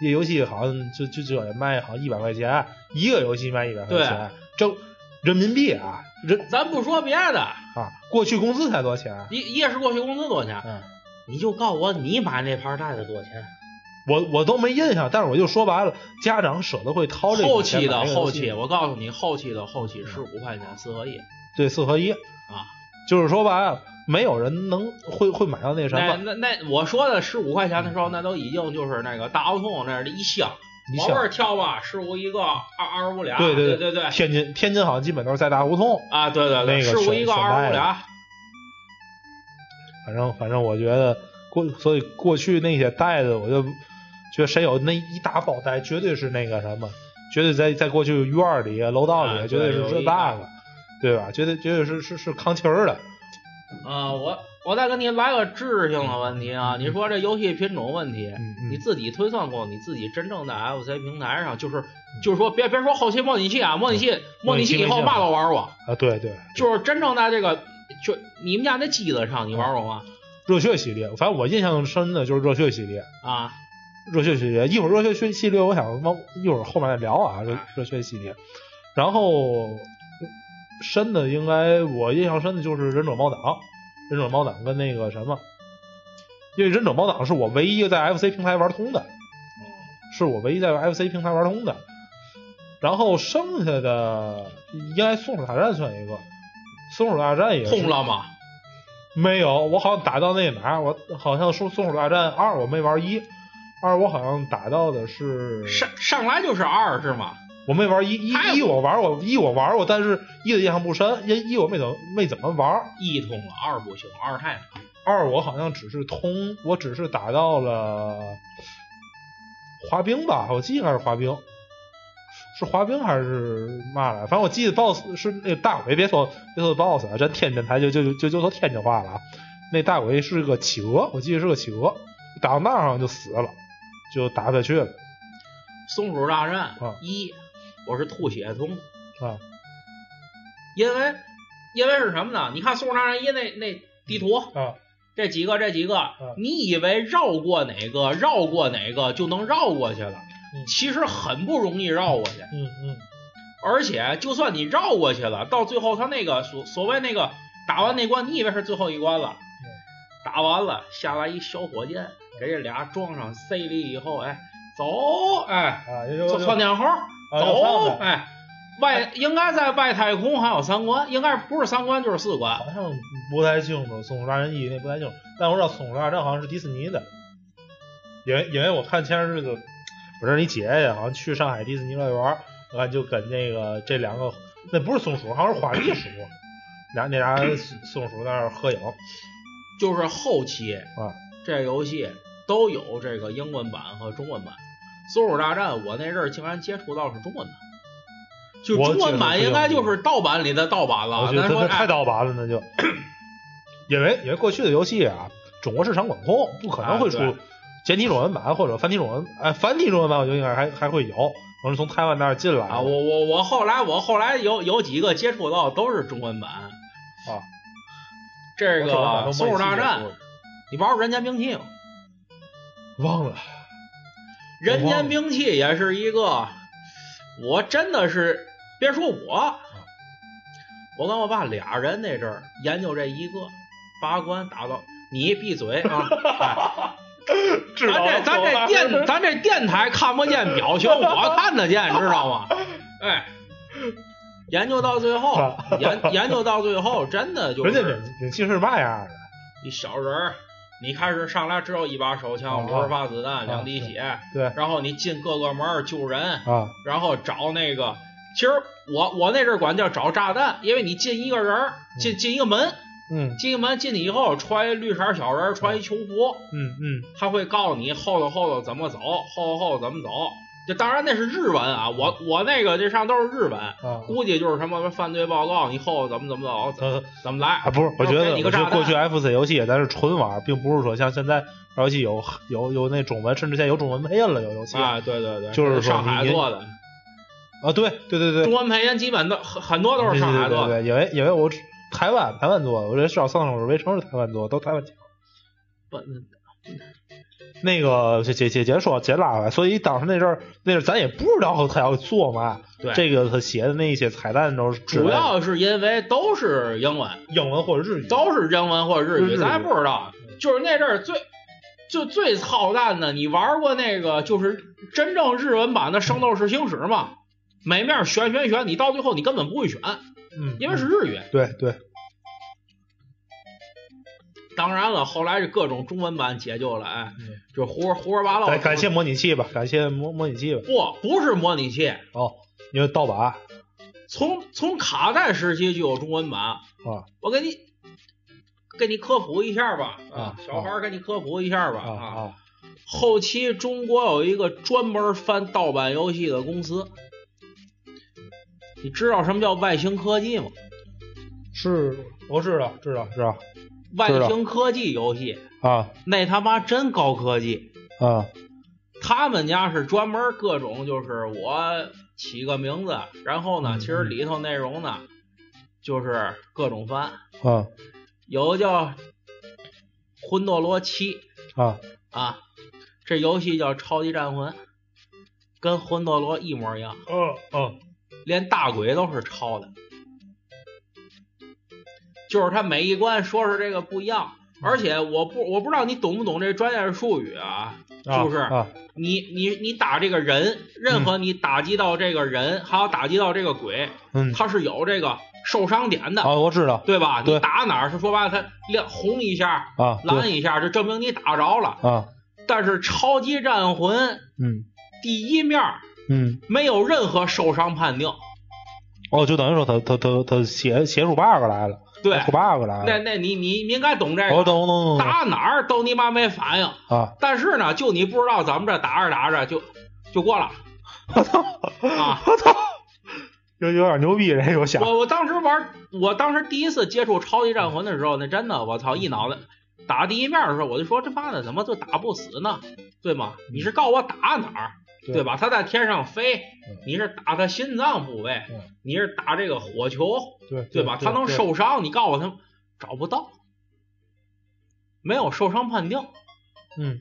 [SPEAKER 1] 一个游戏好像就就就得卖好像一百块钱，一个游戏卖一百块钱，这人民币啊，人
[SPEAKER 2] 咱不说别的，
[SPEAKER 1] 啊，过去工资才多少钱？啊
[SPEAKER 2] 一一夜是过去工资多少钱？
[SPEAKER 1] 嗯，
[SPEAKER 2] 你就告诉我你买那盘带子多少钱？
[SPEAKER 1] 我我都没印象，但是我就说白了，家长舍得会掏这
[SPEAKER 2] 后
[SPEAKER 1] 笔钱
[SPEAKER 2] 期的
[SPEAKER 1] 买这个游
[SPEAKER 2] 后
[SPEAKER 1] 戏嗯
[SPEAKER 2] 期，我告诉你，后期的后期十五块钱四合一，
[SPEAKER 1] 对，四合一啊，就是说吧，没有人能会会买到那什
[SPEAKER 2] 那
[SPEAKER 1] 么嗯
[SPEAKER 2] 那那我说的十五块钱的时候，那都已经就是那个大胡同那儿的一箱，
[SPEAKER 1] 一
[SPEAKER 2] 往
[SPEAKER 1] 箱
[SPEAKER 2] 味儿挑吧，十五一个，二二十五俩，
[SPEAKER 1] 对对
[SPEAKER 2] 对对对，
[SPEAKER 1] 天津天津好像基本都是在大胡同，
[SPEAKER 2] 啊对对
[SPEAKER 1] 那
[SPEAKER 2] 对，
[SPEAKER 1] 个
[SPEAKER 2] 十五
[SPEAKER 1] 选
[SPEAKER 2] 一个，
[SPEAKER 1] 选
[SPEAKER 2] 二十
[SPEAKER 1] 卖的
[SPEAKER 2] 五俩，
[SPEAKER 1] 反正反正我觉得过，所以过去那些袋子，我就觉得谁有那一大包袋，绝对是那个什么，绝对在在过去院儿里、楼道里，
[SPEAKER 2] 啊
[SPEAKER 1] 绝对
[SPEAKER 2] 对
[SPEAKER 1] 是
[SPEAKER 2] 有
[SPEAKER 1] 这
[SPEAKER 2] 一
[SPEAKER 1] 那
[SPEAKER 2] 大
[SPEAKER 1] 个，对吧？绝对绝对是是是扛旗儿的，
[SPEAKER 2] 啊我我再跟你来个知识性的问题啊，你说这游戏品种问题，
[SPEAKER 1] 嗯
[SPEAKER 2] 你
[SPEAKER 1] 嗯，
[SPEAKER 2] 自己推算过你自己真正在 FC 平台上，就是
[SPEAKER 1] 嗯
[SPEAKER 2] 就是说别别说后期模拟器啊，模拟器模拟器以后嘛都玩过，
[SPEAKER 1] 啊，对对，
[SPEAKER 2] 就是真正在这个就你们家那机子上你玩过吗？
[SPEAKER 1] 热血系列，反正我印象深的就是热血系列，
[SPEAKER 2] 啊，
[SPEAKER 1] 热血系列，一会儿热血系系列，我想往一会儿后面再聊啊，热
[SPEAKER 2] 啊
[SPEAKER 1] 热血系列，然后深的应该我印象深的就是忍者猫党，忍者猫党跟那个什么，因为忍者猫党是我唯一在 FC 平台玩通的，是我唯一在 FC 平台玩通的，然后剩下的应该松鼠大战算一个，松鼠大战也是
[SPEAKER 2] 通了吗？
[SPEAKER 1] 没有，我好像打到那哪儿，我好像说《松鼠大战二》，我没玩一，二我好像打到的是，
[SPEAKER 2] 上上来就是二是吗？
[SPEAKER 1] 我没玩一，一
[SPEAKER 2] 哎
[SPEAKER 1] 一我玩我一我玩过，但是一的印象不深，因一我没怎么没怎么玩，
[SPEAKER 2] 一通了，二不行，二太难。
[SPEAKER 1] 二我好像只是通，我只是打到了滑冰吧，我记得应该是滑冰，是滑冰还是嘛来？反正我记得 BOSS 是那大鬼，别说别说 BOSS 啊，咱天津台就就就就就说天津话了啊。那大鬼是个企鹅，我记得是个企鹅，打到那儿好像就死了，就打不下去了
[SPEAKER 2] 松鼠大战
[SPEAKER 1] 啊
[SPEAKER 2] 一，我是吐血通，
[SPEAKER 1] 啊。
[SPEAKER 2] 因为因为是什么呢？你看松鼠大战一那那地图，
[SPEAKER 1] 啊，
[SPEAKER 2] 这几个这几个，
[SPEAKER 1] 嗯
[SPEAKER 2] 你以为绕过哪个绕过哪个就能绕过去了
[SPEAKER 1] 嗯？
[SPEAKER 2] 其实很不容易绕过去，
[SPEAKER 1] 嗯嗯，
[SPEAKER 2] 而且就算你绕过去了，到最后他那个所所谓那个打完那关，你以为是最后一关了，
[SPEAKER 1] 嗯
[SPEAKER 2] 打完了下来一小火箭，给这俩装上 C 里以后，哎，走，哎，
[SPEAKER 1] 啊，就啊
[SPEAKER 2] 窜窜天猴，
[SPEAKER 1] 上
[SPEAKER 2] 走
[SPEAKER 1] 来，
[SPEAKER 2] 哎，外应该在外太空还有三关，应该不是三关就是四关，
[SPEAKER 1] 好像不太清楚《松鼠大战一》那不太清楚，但我知道《松鼠大战》好像是迪士尼的，因为因为我看前些日子，我这儿一姐姐好像去上海迪士尼乐园，我看就跟那个这两个那不是松鼠，好像是花栗鼠，俩那俩松鼠在那儿合影，
[SPEAKER 2] 就是后期
[SPEAKER 1] 啊
[SPEAKER 2] 这游戏都有这个英文版和中文版。松鼠大战我那阵儿竟然接触到是中文版，就
[SPEAKER 1] 我
[SPEAKER 2] 中文版
[SPEAKER 1] 觉得
[SPEAKER 2] 应该
[SPEAKER 1] 这个
[SPEAKER 2] 就
[SPEAKER 1] 不
[SPEAKER 2] 是盗版里的盗版了。
[SPEAKER 1] 我觉得
[SPEAKER 2] 咱说
[SPEAKER 1] 这
[SPEAKER 2] 哎
[SPEAKER 1] 太倒拔了，那就，因为因为过去的游戏啊，中国市场管控不可能会出
[SPEAKER 2] 啊对
[SPEAKER 1] 简体中文版或者繁体中文，哎，繁体中文版我觉得应该还还会有，可能是从台湾那儿进来的
[SPEAKER 2] 啊，我我我后来我后来有有几个接触到都是中文版啊。这
[SPEAKER 1] 我手上
[SPEAKER 2] 个
[SPEAKER 1] 都
[SPEAKER 2] 松
[SPEAKER 1] 没
[SPEAKER 2] 鼠大
[SPEAKER 1] 记得
[SPEAKER 2] 战，你玩过人间兵器吗？
[SPEAKER 1] 忘了。
[SPEAKER 2] 人间兵器也是一个，我真的是别说我，我跟我爸俩人那阵儿研究这一个八关打到你闭嘴啊！
[SPEAKER 1] [laughs]
[SPEAKER 2] 哎
[SPEAKER 1] 知
[SPEAKER 2] 咱这咱
[SPEAKER 1] [laughs]
[SPEAKER 2] 这电咱这电台看不见表情，我看得见，知
[SPEAKER 1] [laughs]
[SPEAKER 2] 道吗？哎，研究到
[SPEAKER 1] [laughs]
[SPEAKER 2] 最后，研研究到最后，真的就 [laughs]
[SPEAKER 1] 人家
[SPEAKER 2] 是
[SPEAKER 1] 领领气是嘛样的？
[SPEAKER 2] 一小人儿，你开始上来只有一把手
[SPEAKER 1] 啊
[SPEAKER 2] 枪，五十发子弹，两滴
[SPEAKER 1] 对
[SPEAKER 2] 血，
[SPEAKER 1] 对
[SPEAKER 2] 然后你进各个门儿救人，
[SPEAKER 1] 啊，
[SPEAKER 2] 然后找那个，其实我我那阵儿管叫找炸弹，因为你进一个人儿，进进一个门，
[SPEAKER 1] 嗯
[SPEAKER 2] 进一个门进去以后穿一绿色小人儿，穿一囚服，
[SPEAKER 1] 嗯嗯，
[SPEAKER 2] 他会告诉你后头后头怎么走，后头后头怎么走。这当然那是日文啊，我我那个这上都是日文，
[SPEAKER 1] 啊
[SPEAKER 2] 估计就是什么犯罪报告，你后头怎么怎么走，怎
[SPEAKER 1] 呃
[SPEAKER 2] 怎么来
[SPEAKER 1] 啊，。不是，我觉
[SPEAKER 2] 然
[SPEAKER 1] 得
[SPEAKER 2] 后给
[SPEAKER 1] 我
[SPEAKER 2] 你个
[SPEAKER 1] 觉
[SPEAKER 2] 炸
[SPEAKER 1] 得
[SPEAKER 2] 弹
[SPEAKER 1] 过去 FC 游戏咱是纯玩，并不是说像现在玩游戏有有有那中文，甚至现在有中文配音了，有游戏
[SPEAKER 2] 啊，对对对，
[SPEAKER 1] 呃就是说
[SPEAKER 2] 上海
[SPEAKER 1] 你
[SPEAKER 2] 做的，
[SPEAKER 1] 啊，对对对对
[SPEAKER 2] 中，文配音基本都很很多都是
[SPEAKER 1] 对
[SPEAKER 2] 上
[SPEAKER 1] 对
[SPEAKER 2] 海
[SPEAKER 1] 对
[SPEAKER 2] 做的。
[SPEAKER 1] 对，因为因为我只台湾台湾做的，我这至少《丧尸围城》是台湾做的，都台湾讲。
[SPEAKER 2] 不
[SPEAKER 1] 那个姐姐姐姐说姐拉回来，所以当时那阵儿那阵儿咱也不知道他要做嘛，
[SPEAKER 2] 对
[SPEAKER 1] 这个他写的那些彩蛋都是
[SPEAKER 2] 主要是因为都是英文，
[SPEAKER 1] 英文或者日语，
[SPEAKER 2] 都是英文或者日
[SPEAKER 1] 日
[SPEAKER 2] 语，
[SPEAKER 1] 语
[SPEAKER 2] 咱也不知道。就是那阵儿最就最操蛋的，你玩过那个就是真正日文版的《圣斗士星矢》吗？每面选选选，你到最后你根本不会选，
[SPEAKER 1] 嗯，
[SPEAKER 2] 因为是日语。
[SPEAKER 1] 对对，
[SPEAKER 2] 当然了，后来是各种中文版解救了，哎
[SPEAKER 1] 嗯，
[SPEAKER 2] 就胡说胡说八道。
[SPEAKER 1] 感感谢模拟器吧，感谢模模拟器吧。
[SPEAKER 2] 不不是模拟器，
[SPEAKER 1] 哦，因为盗版
[SPEAKER 2] 从从卡带时期就有中文版。
[SPEAKER 1] 啊
[SPEAKER 2] 我给你给你科普一下吧，
[SPEAKER 1] 啊
[SPEAKER 2] 小孩儿给你科普一下吧
[SPEAKER 1] 啊啊
[SPEAKER 2] 后期中国有一个专门翻盗版游戏的公司，你知道什么叫外星科技吗？
[SPEAKER 1] 是，我知道知道知道
[SPEAKER 2] 外星科技游戏
[SPEAKER 1] 啊
[SPEAKER 2] 那他妈真高科技，
[SPEAKER 1] 啊
[SPEAKER 2] 他们家是专门各种就是我起个名字，然后呢，
[SPEAKER 1] 嗯
[SPEAKER 2] 其实里头内容呢就是各种翻，
[SPEAKER 1] 啊
[SPEAKER 2] 有个叫《魂斗罗七》。
[SPEAKER 1] 啊
[SPEAKER 2] 啊，这游戏叫《超级战魂》，跟《魂斗罗》一模一样，
[SPEAKER 1] 嗯嗯
[SPEAKER 2] 连大鬼都是抄的。就是它每一关说是这个不一样，而且我不我不知道你懂不懂这专业术语啊，
[SPEAKER 1] 啊
[SPEAKER 2] 就是
[SPEAKER 1] 啊
[SPEAKER 2] 你你你打这个人，任何你打击到这个人，还有打击到这个鬼，
[SPEAKER 1] 嗯
[SPEAKER 2] 它是有这个受伤点的，
[SPEAKER 1] 啊，我知道
[SPEAKER 2] 对吧？
[SPEAKER 1] 对
[SPEAKER 2] 你打哪儿是说白了，它亮红一下、
[SPEAKER 1] 啊对
[SPEAKER 2] 蓝一下，就证明你打着了。
[SPEAKER 1] 啊
[SPEAKER 2] 但是超级战魂
[SPEAKER 1] 嗯
[SPEAKER 2] 第一面儿
[SPEAKER 1] 嗯
[SPEAKER 2] 没有任何受伤判定，
[SPEAKER 1] 哦，就等于说他他他他写写出 bug 来了，
[SPEAKER 2] 对
[SPEAKER 1] 出，bug 来
[SPEAKER 2] 那
[SPEAKER 1] 了。哦
[SPEAKER 2] 那你你你应该懂这
[SPEAKER 1] 我
[SPEAKER 2] 个，
[SPEAKER 1] 懂懂懂懂
[SPEAKER 2] 打哪儿都你妈没反应，
[SPEAKER 1] 嗯啊！
[SPEAKER 2] 但是呢，就你不知道咱们这打着打着就就过
[SPEAKER 1] [laughs]
[SPEAKER 2] 了
[SPEAKER 1] 我操！
[SPEAKER 2] 啊！
[SPEAKER 1] 我操！有有点牛逼，人有想
[SPEAKER 2] 我我当时玩，我当时第一次接触超级战魂的时候，那真的我操一脑袋。打第一面的时候，我就说这妈的怎么就打不死呢？对吗？你是告诉我打哪儿，
[SPEAKER 1] 嗯对
[SPEAKER 2] 对吧？他在天上飞
[SPEAKER 1] 嗯，
[SPEAKER 2] 你是打他心脏部位
[SPEAKER 1] 嗯，
[SPEAKER 2] 你是打这个火球，
[SPEAKER 1] 对
[SPEAKER 2] 对吧？他能
[SPEAKER 1] 对
[SPEAKER 2] 受伤，你告诉我他找不到，没有受伤判定，
[SPEAKER 1] 嗯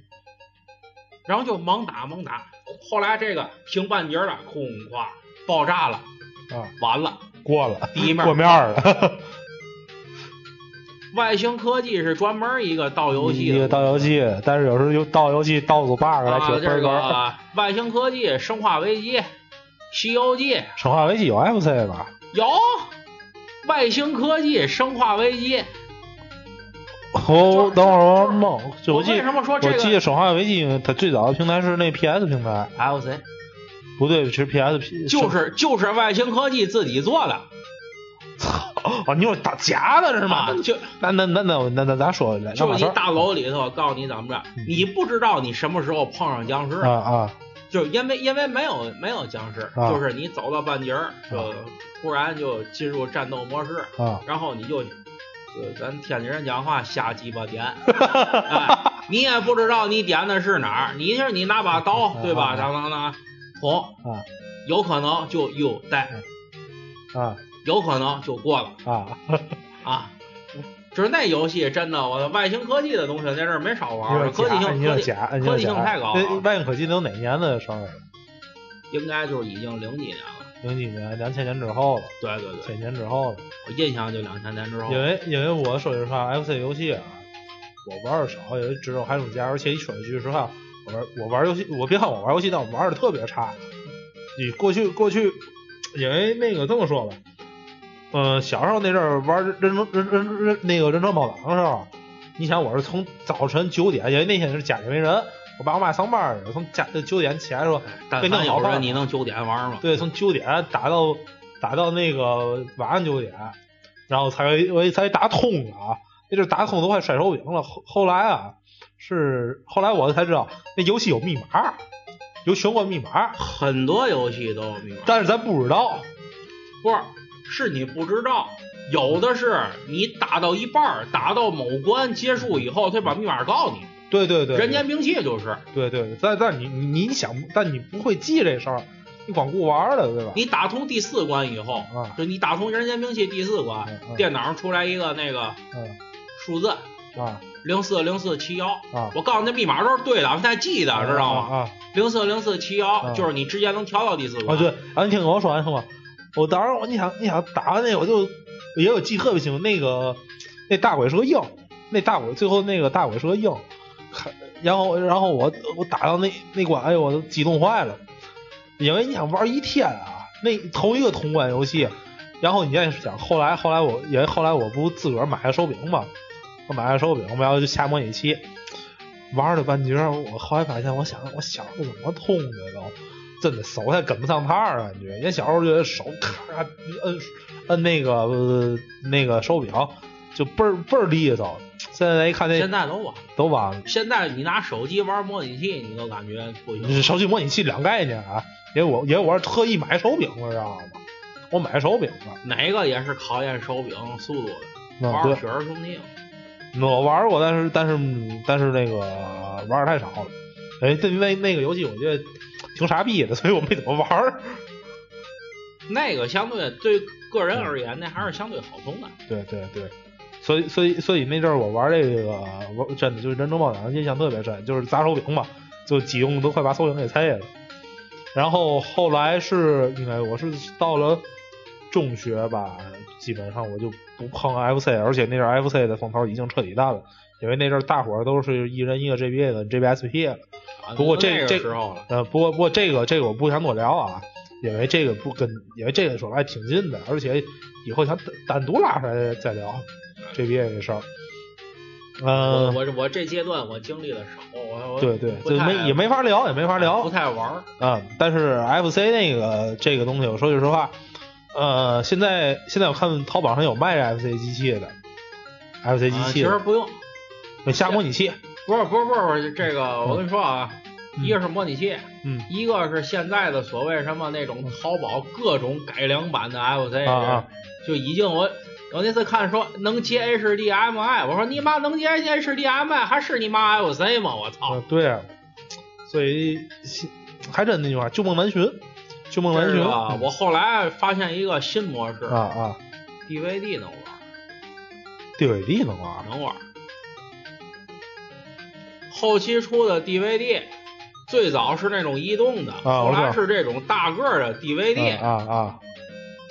[SPEAKER 2] 然后就猛打猛打，后来这个平半截儿了，空咵爆炸了，
[SPEAKER 1] 啊
[SPEAKER 2] 完了，
[SPEAKER 1] 过了
[SPEAKER 2] 第一面
[SPEAKER 1] 过面儿
[SPEAKER 2] [laughs]
[SPEAKER 1] 了，
[SPEAKER 2] 外星科技是专门一个盗游戏
[SPEAKER 1] 一
[SPEAKER 2] 的
[SPEAKER 1] 个盗游戏，但是有时候又盗游戏盗出 bug 来，
[SPEAKER 2] 啊，
[SPEAKER 1] 挺
[SPEAKER 2] 这
[SPEAKER 1] 分儿。 [laughs]
[SPEAKER 2] 个外星科技、生化危机、西游记
[SPEAKER 1] 生化危机有 FC 吧？
[SPEAKER 2] 有。外星科技、生化危机，
[SPEAKER 1] 我等会儿我梦，就
[SPEAKER 2] 我
[SPEAKER 1] 我记
[SPEAKER 2] 为什么说这
[SPEAKER 1] 我记得
[SPEAKER 2] 个
[SPEAKER 1] 《生化危机》它最早的平台是那 PS 平台，
[SPEAKER 2] L C
[SPEAKER 1] 不对，其实 PSP
[SPEAKER 2] 就是就是外星科技自己做的，
[SPEAKER 1] 啊，你有打假的是吗
[SPEAKER 2] 啊？就
[SPEAKER 1] 那那那那那那咱说两
[SPEAKER 2] 就
[SPEAKER 1] 码
[SPEAKER 2] 是
[SPEAKER 1] 事
[SPEAKER 2] 一
[SPEAKER 1] 儿
[SPEAKER 2] 大楼里头，告诉你怎么着，你不知道你什么时候碰上僵尸，
[SPEAKER 1] 啊啊
[SPEAKER 2] 就是因为因为没有没有僵尸，
[SPEAKER 1] 啊
[SPEAKER 2] 就是你走到半截儿，就突然就进入战斗模式，
[SPEAKER 1] 啊！
[SPEAKER 2] 然后你就就咱天津人讲话瞎鸡
[SPEAKER 1] [laughs]
[SPEAKER 2] 巴点，哎，你也不知道你点的是哪儿，你就是你拿把刀
[SPEAKER 1] 啊
[SPEAKER 2] 对吧？
[SPEAKER 1] 啊
[SPEAKER 2] 当当当，捅
[SPEAKER 1] 啊，
[SPEAKER 2] 有可能就又带，
[SPEAKER 1] 啊
[SPEAKER 2] 有可能就过了
[SPEAKER 1] 啊！
[SPEAKER 2] 啊。就是那游戏真的，我的外星科技的东西在这儿没少玩
[SPEAKER 1] 你
[SPEAKER 2] 儿，
[SPEAKER 1] 有
[SPEAKER 2] 科技
[SPEAKER 1] 假，
[SPEAKER 2] 性
[SPEAKER 1] 你
[SPEAKER 2] 科
[SPEAKER 1] 有
[SPEAKER 2] 技
[SPEAKER 1] 假，你
[SPEAKER 2] 科
[SPEAKER 1] 有
[SPEAKER 2] 技性
[SPEAKER 1] 假。
[SPEAKER 2] 太高了
[SPEAKER 1] 这万应可记得有哪年的生日？
[SPEAKER 2] 应该就是已经零几年了。
[SPEAKER 1] 零几年、两千年之后了，
[SPEAKER 2] 对对对，
[SPEAKER 1] 千年之后了。
[SPEAKER 2] 我印象就两千年之后
[SPEAKER 1] 因。为因为我说句实话，FC 游戏啊，我玩的少，也只有寒暑假。而且一说一句实话，我玩我玩游戏，我别看我玩游戏，但我玩的特别差。你过去过去，因为那个这么说吧，嗯、小时候那阵儿玩人人人人人那个人城宝藏的时候，你想我是从早晨九点，因为那天是家里没人，我爸我妈上班去，我从家呃九点起来说，
[SPEAKER 2] 但
[SPEAKER 1] 跟
[SPEAKER 2] 凡
[SPEAKER 1] 那好
[SPEAKER 2] 有
[SPEAKER 1] 办
[SPEAKER 2] 人你能九点玩吗？
[SPEAKER 1] 对，从九点打到打到那个晚上九点，然后才我才打通了啊，那阵打通都快甩手柄了。后后来啊，是后来我才知道那游戏有密码，有玄关密码，
[SPEAKER 2] 很多游戏都有密码，
[SPEAKER 1] 但是咱不知道。
[SPEAKER 2] 不是，是你不知道。有的是你打到一半儿，打到某关结束以后，他把密码告诉你。
[SPEAKER 1] 对对对，
[SPEAKER 2] 人间兵器就是，
[SPEAKER 1] 对对，但但你你你想，但你不会记这事儿，你光顾玩儿了，对吧？
[SPEAKER 2] 你打通第四关以后，
[SPEAKER 1] 啊
[SPEAKER 2] 就你打通人间兵器第四关，
[SPEAKER 1] 嗯嗯
[SPEAKER 2] 电脑上出来一个那个
[SPEAKER 1] 嗯
[SPEAKER 2] 数字
[SPEAKER 1] 啊
[SPEAKER 2] 零四零四七幺。
[SPEAKER 1] 啊，
[SPEAKER 2] 我告诉你，那密码都是对的，我现在记得，知道吗？
[SPEAKER 1] 啊啊
[SPEAKER 2] 零四零四七幺
[SPEAKER 1] 啊
[SPEAKER 2] 就是你直接能调到第四
[SPEAKER 1] 啊，
[SPEAKER 2] 关。
[SPEAKER 1] 对，然后你听我说完，听吧。我当时我你想你想打完那个，我就也有记得特别清楚，那个那大鬼是个鹰，那大鬼最后那个大鬼是个鹰，看然后然后我我打到那那关，哎呦我都激动坏了，因为你想玩一天啊，那头一个通关游戏然后你也想，后来后来我也后来我不自个儿买了手柄嘛，我买了手柄，然后就下模拟器，玩了半截儿，我后来发现，我想我小时候怎么痛的都，真的手还跟不上趟儿，啊感觉。人小时候觉得手咔摁摁那个、呃那个手柄就倍儿倍儿利索，现在一看那
[SPEAKER 2] 现在都晚了。
[SPEAKER 1] 都完了。
[SPEAKER 2] 现在你拿手机玩模拟器，你都感觉不行。
[SPEAKER 1] 这手机模拟器两概念啊，因为我因为我是特意买手柄的，知道吗？我买手柄了，
[SPEAKER 2] 哪个也是考验手柄速度的。
[SPEAKER 1] 那
[SPEAKER 2] 玩
[SPEAKER 1] 嗯对
[SPEAKER 2] 儿，雪儿兄弟嘛，
[SPEAKER 1] 嗯我玩过，但是但是但是那个玩的太少了。哎，这那那个游戏我觉得挺傻逼的，所以我没怎么玩儿。 [laughs]
[SPEAKER 2] 那个相对对个人而言，那还是相对好冲的。
[SPEAKER 1] 对对对，所以所以所以那阵儿我玩这个，我真的就是人中爆胆印象特别深，就是砸手柄嘛，就几用都快把手柄给拆了。然后后来是应该我是到了中学吧，基本上我就不碰 FC，而且那阵儿 FC 的风头已经彻底淡了，因为那阵儿大伙儿都是一人一个 GBA 跟 GBSP 了。
[SPEAKER 2] 啊
[SPEAKER 1] 不过
[SPEAKER 2] 都
[SPEAKER 1] 这
[SPEAKER 2] 那个
[SPEAKER 1] 这
[SPEAKER 2] 时候了，
[SPEAKER 1] 呃，不过不过这个这个我不想多聊啊，因为这个不跟因为这个说来挺近的，而且以后想单单独拉出来再聊 GBA 这事儿。
[SPEAKER 2] 我
[SPEAKER 1] 嗯、
[SPEAKER 2] 我我这阶段我经历的少，我我
[SPEAKER 1] 对对，
[SPEAKER 2] 不
[SPEAKER 1] 就
[SPEAKER 2] 太
[SPEAKER 1] 没也没法聊，也没法聊
[SPEAKER 2] 不
[SPEAKER 1] 啊、
[SPEAKER 2] 太玩儿。
[SPEAKER 1] 但是 FC 那个这个东西，我说句实话，呃，现在现在我看淘宝上有卖 FC 机器的，FC
[SPEAKER 2] 啊
[SPEAKER 1] 机
[SPEAKER 2] 其
[SPEAKER 1] 器的、
[SPEAKER 2] 实不用，
[SPEAKER 1] 下模拟器，
[SPEAKER 2] 不是不是不是不是这个，我跟你说啊，
[SPEAKER 1] 嗯
[SPEAKER 2] 一个是模拟器，
[SPEAKER 1] 嗯
[SPEAKER 2] 一个是现在的所谓什么那种淘宝各种改良版的 FC，、
[SPEAKER 1] 啊啊
[SPEAKER 2] 就已经我我那次看说能接 HDMI，我说你妈能接 HDMI 还是你妈 FC 吗？我操
[SPEAKER 1] 呃！对啊，所以还真那句话，旧梦难寻，旧梦难
[SPEAKER 2] 真是
[SPEAKER 1] 寻
[SPEAKER 2] 啊！我后来发现一个新模式、
[SPEAKER 1] 嗯啊。啊
[SPEAKER 2] d v d 能玩，
[SPEAKER 1] DVD 能玩
[SPEAKER 2] 能玩。后期出的 DVD，最早是那种移动的，
[SPEAKER 1] 啊
[SPEAKER 2] 后
[SPEAKER 1] 我知
[SPEAKER 2] 来
[SPEAKER 1] 道
[SPEAKER 2] 是这种大个儿的 DVD，、
[SPEAKER 1] 啊啊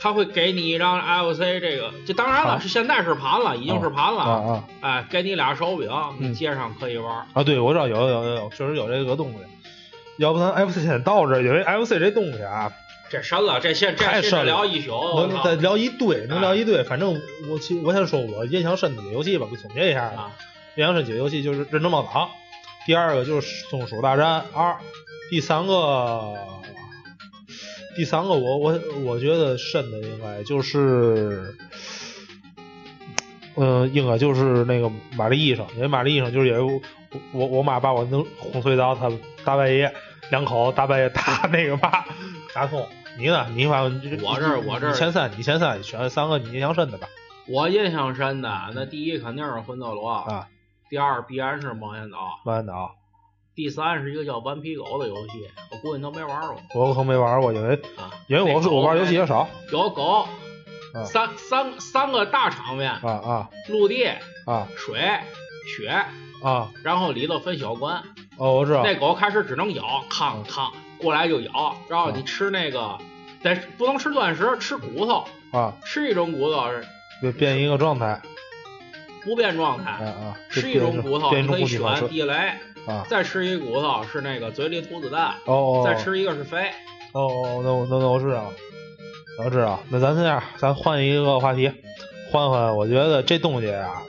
[SPEAKER 2] 它会给你一张 FC 这个，就当然了，
[SPEAKER 1] 啊
[SPEAKER 2] 是现在是盘了，已经是盘
[SPEAKER 1] 啊
[SPEAKER 2] 了，
[SPEAKER 1] 啊
[SPEAKER 2] 哎，给你俩手柄，你
[SPEAKER 1] 嗯
[SPEAKER 2] 街上可以玩。
[SPEAKER 1] 啊！对，我知道有有有有，确实有这个东西。要不咱 FC 先到这儿，因为 FC 这东西啊，
[SPEAKER 2] 这深了，这现这
[SPEAKER 1] 太
[SPEAKER 2] 这
[SPEAKER 1] 深了
[SPEAKER 2] 聊一宿，我
[SPEAKER 1] 能
[SPEAKER 2] 操
[SPEAKER 1] 再聊一堆，能
[SPEAKER 2] 哦啊
[SPEAKER 1] 聊一堆。反正我其我先说我印象深的几个游戏吧，给总结一下。
[SPEAKER 2] 啊！
[SPEAKER 1] 印象深几个游戏就是《任天堂宝藏》，第二个就是《松鼠大战二》，第三个，第三个我我我觉得深的应该就是。嗯，应该就是那个玛丽医生，因为玛丽医生就是也我我我妈把我能哄睡着，她大半夜两口大半夜打那个嘛打通。你呢？你反正
[SPEAKER 2] 我这儿我这儿
[SPEAKER 1] 你前三，你前三，你选三个你印象深的吧。
[SPEAKER 2] 我印象深的，那第一肯定是魂斗罗，
[SPEAKER 1] 啊
[SPEAKER 2] 第二必然是冒险岛，
[SPEAKER 1] 慢的啊，
[SPEAKER 2] 第三是一个叫顽皮狗的游戏，我估计都没玩过
[SPEAKER 1] 我可没玩过，因为
[SPEAKER 2] 啊。
[SPEAKER 1] 因为我是
[SPEAKER 2] 那狗
[SPEAKER 1] 我玩游戏也少。
[SPEAKER 2] 有狗，
[SPEAKER 1] 啊
[SPEAKER 2] 三三三个大场面，
[SPEAKER 1] 啊啊
[SPEAKER 2] 陆地、
[SPEAKER 1] 啊
[SPEAKER 2] 水、雪，
[SPEAKER 1] 啊！
[SPEAKER 2] 然后里头分小关。
[SPEAKER 1] 哦，我知道，
[SPEAKER 2] 那狗开始只能咬，
[SPEAKER 1] 嗯
[SPEAKER 2] 康康过来就咬，
[SPEAKER 1] 啊
[SPEAKER 2] 然后你吃那个，得不能吃钻石，吃骨头，
[SPEAKER 1] 啊，
[SPEAKER 2] 吃一种骨头是
[SPEAKER 1] 就变一个状态，
[SPEAKER 2] 不变状
[SPEAKER 1] 啊
[SPEAKER 2] 态，
[SPEAKER 1] 啊，就
[SPEAKER 2] 吃一
[SPEAKER 1] 变
[SPEAKER 2] 种骨头
[SPEAKER 1] 变
[SPEAKER 2] 你
[SPEAKER 1] 一种
[SPEAKER 2] 可以
[SPEAKER 1] 固体反射
[SPEAKER 2] 选地雷，
[SPEAKER 1] 啊。
[SPEAKER 2] 再吃一骨头是那个嘴里吐子弹，
[SPEAKER 1] 哦哦，
[SPEAKER 2] 再吃一个是飞。
[SPEAKER 1] 哦哦，那我那那我知道了，我知道。那咱这样，咱换一个话题，换换。我觉得这东西啊，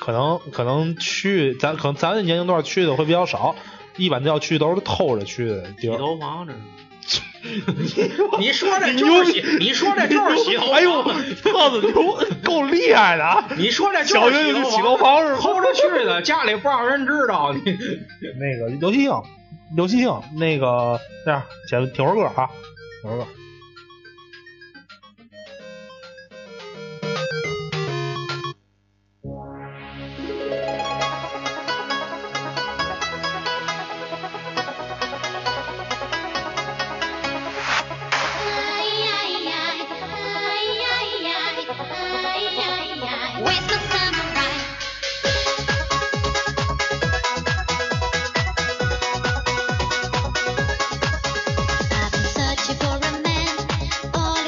[SPEAKER 1] 可能可能去咱可能咱的年龄段去的会比较少，一般要去都是偷着去的地
[SPEAKER 2] 洗
[SPEAKER 1] 儿。
[SPEAKER 2] 头房这
[SPEAKER 1] [laughs]
[SPEAKER 2] 是。你说这就是洗，你说这就是洗头房。
[SPEAKER 1] 哎呦，特子牛，够厉害的啊！
[SPEAKER 2] 你说这
[SPEAKER 1] 小学
[SPEAKER 2] [laughs] 就
[SPEAKER 1] 就是洗头房是吧
[SPEAKER 2] 偷着去的，家里不让人知道。你 [laughs]
[SPEAKER 1] 那个刘惜英，刘惜英，那个这样，先听会儿歌啊，听会儿歌。
[SPEAKER 3] With the samurai. I've been searching for a man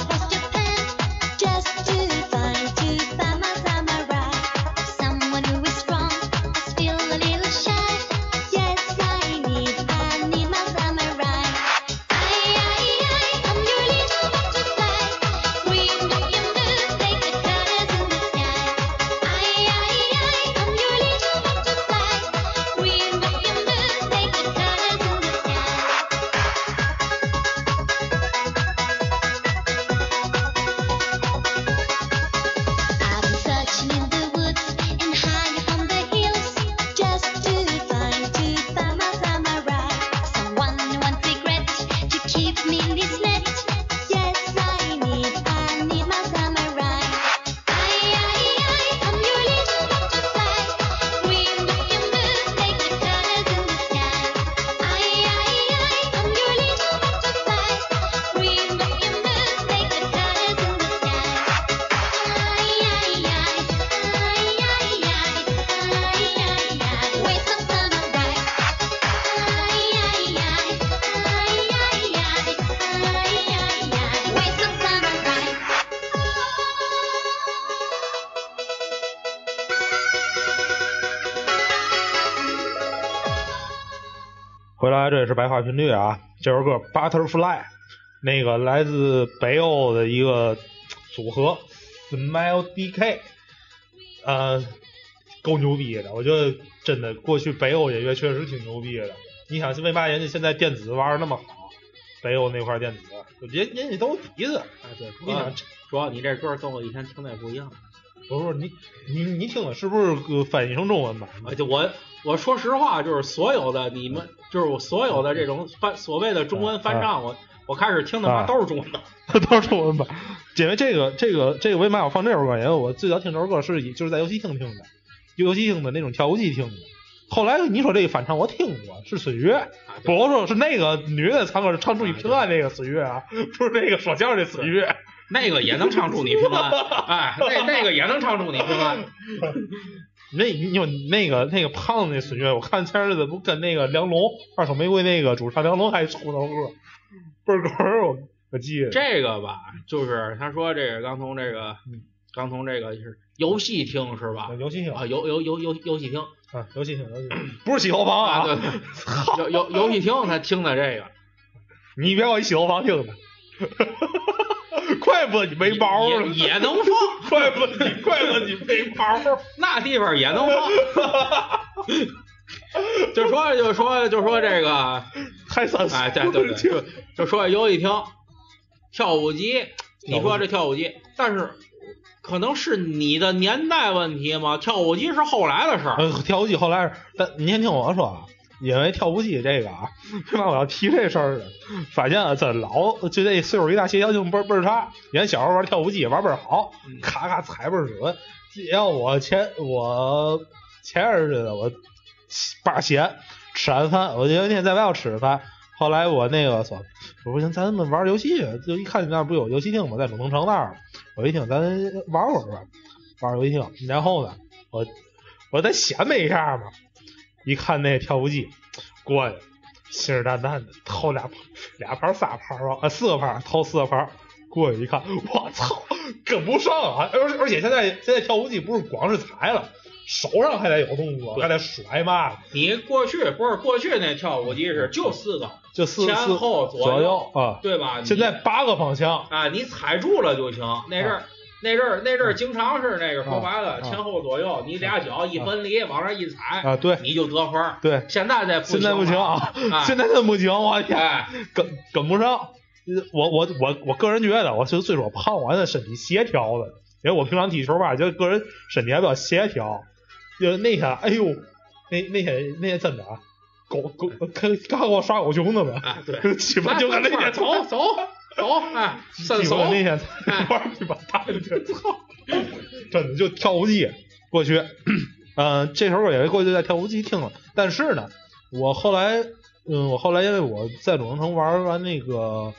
[SPEAKER 1] 回来这也是白话频率啊，这首歌《Butterfly》，那个来自北欧的一个组合 Smile DK，呃，够牛逼的，我觉得真的，过去北欧音乐确实挺牛逼的。你想为嘛人家现在电子玩儿那么好？北欧那块儿电子，人人家都鼻子，
[SPEAKER 2] 哎，对，主
[SPEAKER 1] 你
[SPEAKER 2] 要
[SPEAKER 1] 想
[SPEAKER 2] 主要你这歌跟我以前听的也不一样。
[SPEAKER 1] 不是你你你听的是不是呃翻译成中文版？
[SPEAKER 2] 而且哎我我说实话，就是所有的你们，就是我所有的这种翻所谓的中文翻唱，我我开始听的
[SPEAKER 1] 啊
[SPEAKER 2] 话都是中文的。
[SPEAKER 1] [laughs] 都是中文版。因为这个这个这个为嘛我放这首歌？因为我最早听这首歌是以就是在游戏厅听的，游戏厅的那种跳舞机听的。后来你说这个反唱我听过，是孙悦，
[SPEAKER 2] 啊对
[SPEAKER 1] 不我说是那个女的唱歌唱《祝你平安》那个孙悦啊， [laughs] 不是那个说相声的孙悦。
[SPEAKER 2] 那个也能唱出你平安，哎，那那个也能唱出你平安。
[SPEAKER 1] 那你有那个那个胖子那孙悦，我看前日子不跟那个梁龙二手玫瑰那个主唱梁龙还出那首歌，倍儿哏儿，我我记得。
[SPEAKER 2] 这个吧，就是他说这个刚从这个
[SPEAKER 1] 嗯
[SPEAKER 2] 刚从这个是游戏厅是吧？
[SPEAKER 1] 游戏厅
[SPEAKER 2] 啊，游游游游游戏厅
[SPEAKER 1] 啊，游戏厅，游戏厅，不是洗头房 [laughs] 啊！
[SPEAKER 2] 对，对游游游戏厅他听的这个
[SPEAKER 1] 你别往洗头房听的，怪不得你没毛
[SPEAKER 2] 也
[SPEAKER 1] 呢，
[SPEAKER 2] 也也能放，
[SPEAKER 1] 怪不得你，怪不得你没毛。
[SPEAKER 2] 那地方也能
[SPEAKER 1] [laughs]
[SPEAKER 2] 放。就说就说就说这个，
[SPEAKER 1] 太三俗
[SPEAKER 2] 哎，对对
[SPEAKER 1] 了，
[SPEAKER 2] 对，就就说游戏厅跳舞机，你说这跳舞机，但是可能是你的年代问题嘛，跳舞机是后来的事儿。
[SPEAKER 1] 呃，跳舞机后来是，但您先听我说啊，因为跳舞机这个啊，为嘛我要提这事儿呢？发现啊，真老就这岁数一大，协调性倍儿倍儿差。以前小时候玩跳舞机玩倍儿好
[SPEAKER 2] 嗯，
[SPEAKER 1] 咔咔踩倍儿准。只要我前我前日子我八闲吃完饭，我就那天在外头吃的饭。后来我那个说，我不行，咱们玩游戏，就一看你那儿不有游戏厅吗？在永城城那儿，我一听咱玩会儿吧，玩游戏厅。然后呢，我我再显摆一下嘛，一看那跳舞机，过去，信誓旦旦的掏俩盘俩盘儿仨盘儿啊，呃四个盘儿掏四个盘儿，过去一看，我操，跟不上啊！而而且现在现在跳舞机不是光是踩了，手上还得有动作，
[SPEAKER 2] 对
[SPEAKER 1] 还得甩嘛，
[SPEAKER 2] 你过去不是过去那跳舞机
[SPEAKER 1] 嗯
[SPEAKER 2] 是就四个，
[SPEAKER 1] 就四
[SPEAKER 2] 前
[SPEAKER 1] 四
[SPEAKER 2] 后
[SPEAKER 1] 左
[SPEAKER 2] 右，
[SPEAKER 1] 啊。
[SPEAKER 2] 对吧？你
[SPEAKER 1] 现在八个方向，
[SPEAKER 2] 啊，你踩住了就行。那阵儿那阵儿那阵儿经常是那个说白
[SPEAKER 1] 嗯啊
[SPEAKER 2] 了前后左右，你俩脚一分离往上一踩，
[SPEAKER 1] 啊，对
[SPEAKER 2] 你就得分儿。
[SPEAKER 1] 对，
[SPEAKER 2] 现在这不
[SPEAKER 1] 现在不行
[SPEAKER 2] 了
[SPEAKER 1] 啊，
[SPEAKER 2] 哎
[SPEAKER 1] 现在真不行，我天，
[SPEAKER 2] 哎，
[SPEAKER 1] 跟跟不上。我我我我个人觉得，我是最说胖，我还是身体协调的，因为我平常踢球吧，就个人身体还比较协调。就是那天，哎呦，那那天那天真的啊，狗狗看看我刷狗熊的 [laughs] 呗，
[SPEAKER 2] 哎，对，
[SPEAKER 1] 基本就跟那天
[SPEAKER 2] 走走走，
[SPEAKER 1] [laughs]
[SPEAKER 2] 哎，伸
[SPEAKER 1] 基
[SPEAKER 2] 手
[SPEAKER 1] 本那天 [laughs] 玩你把蛋去，操！真的就跳舞机过去，嗯、这首歌也过去在跳舞机听了，但是呢，我后来，嗯，我后来因为我在鲁能城玩完那个，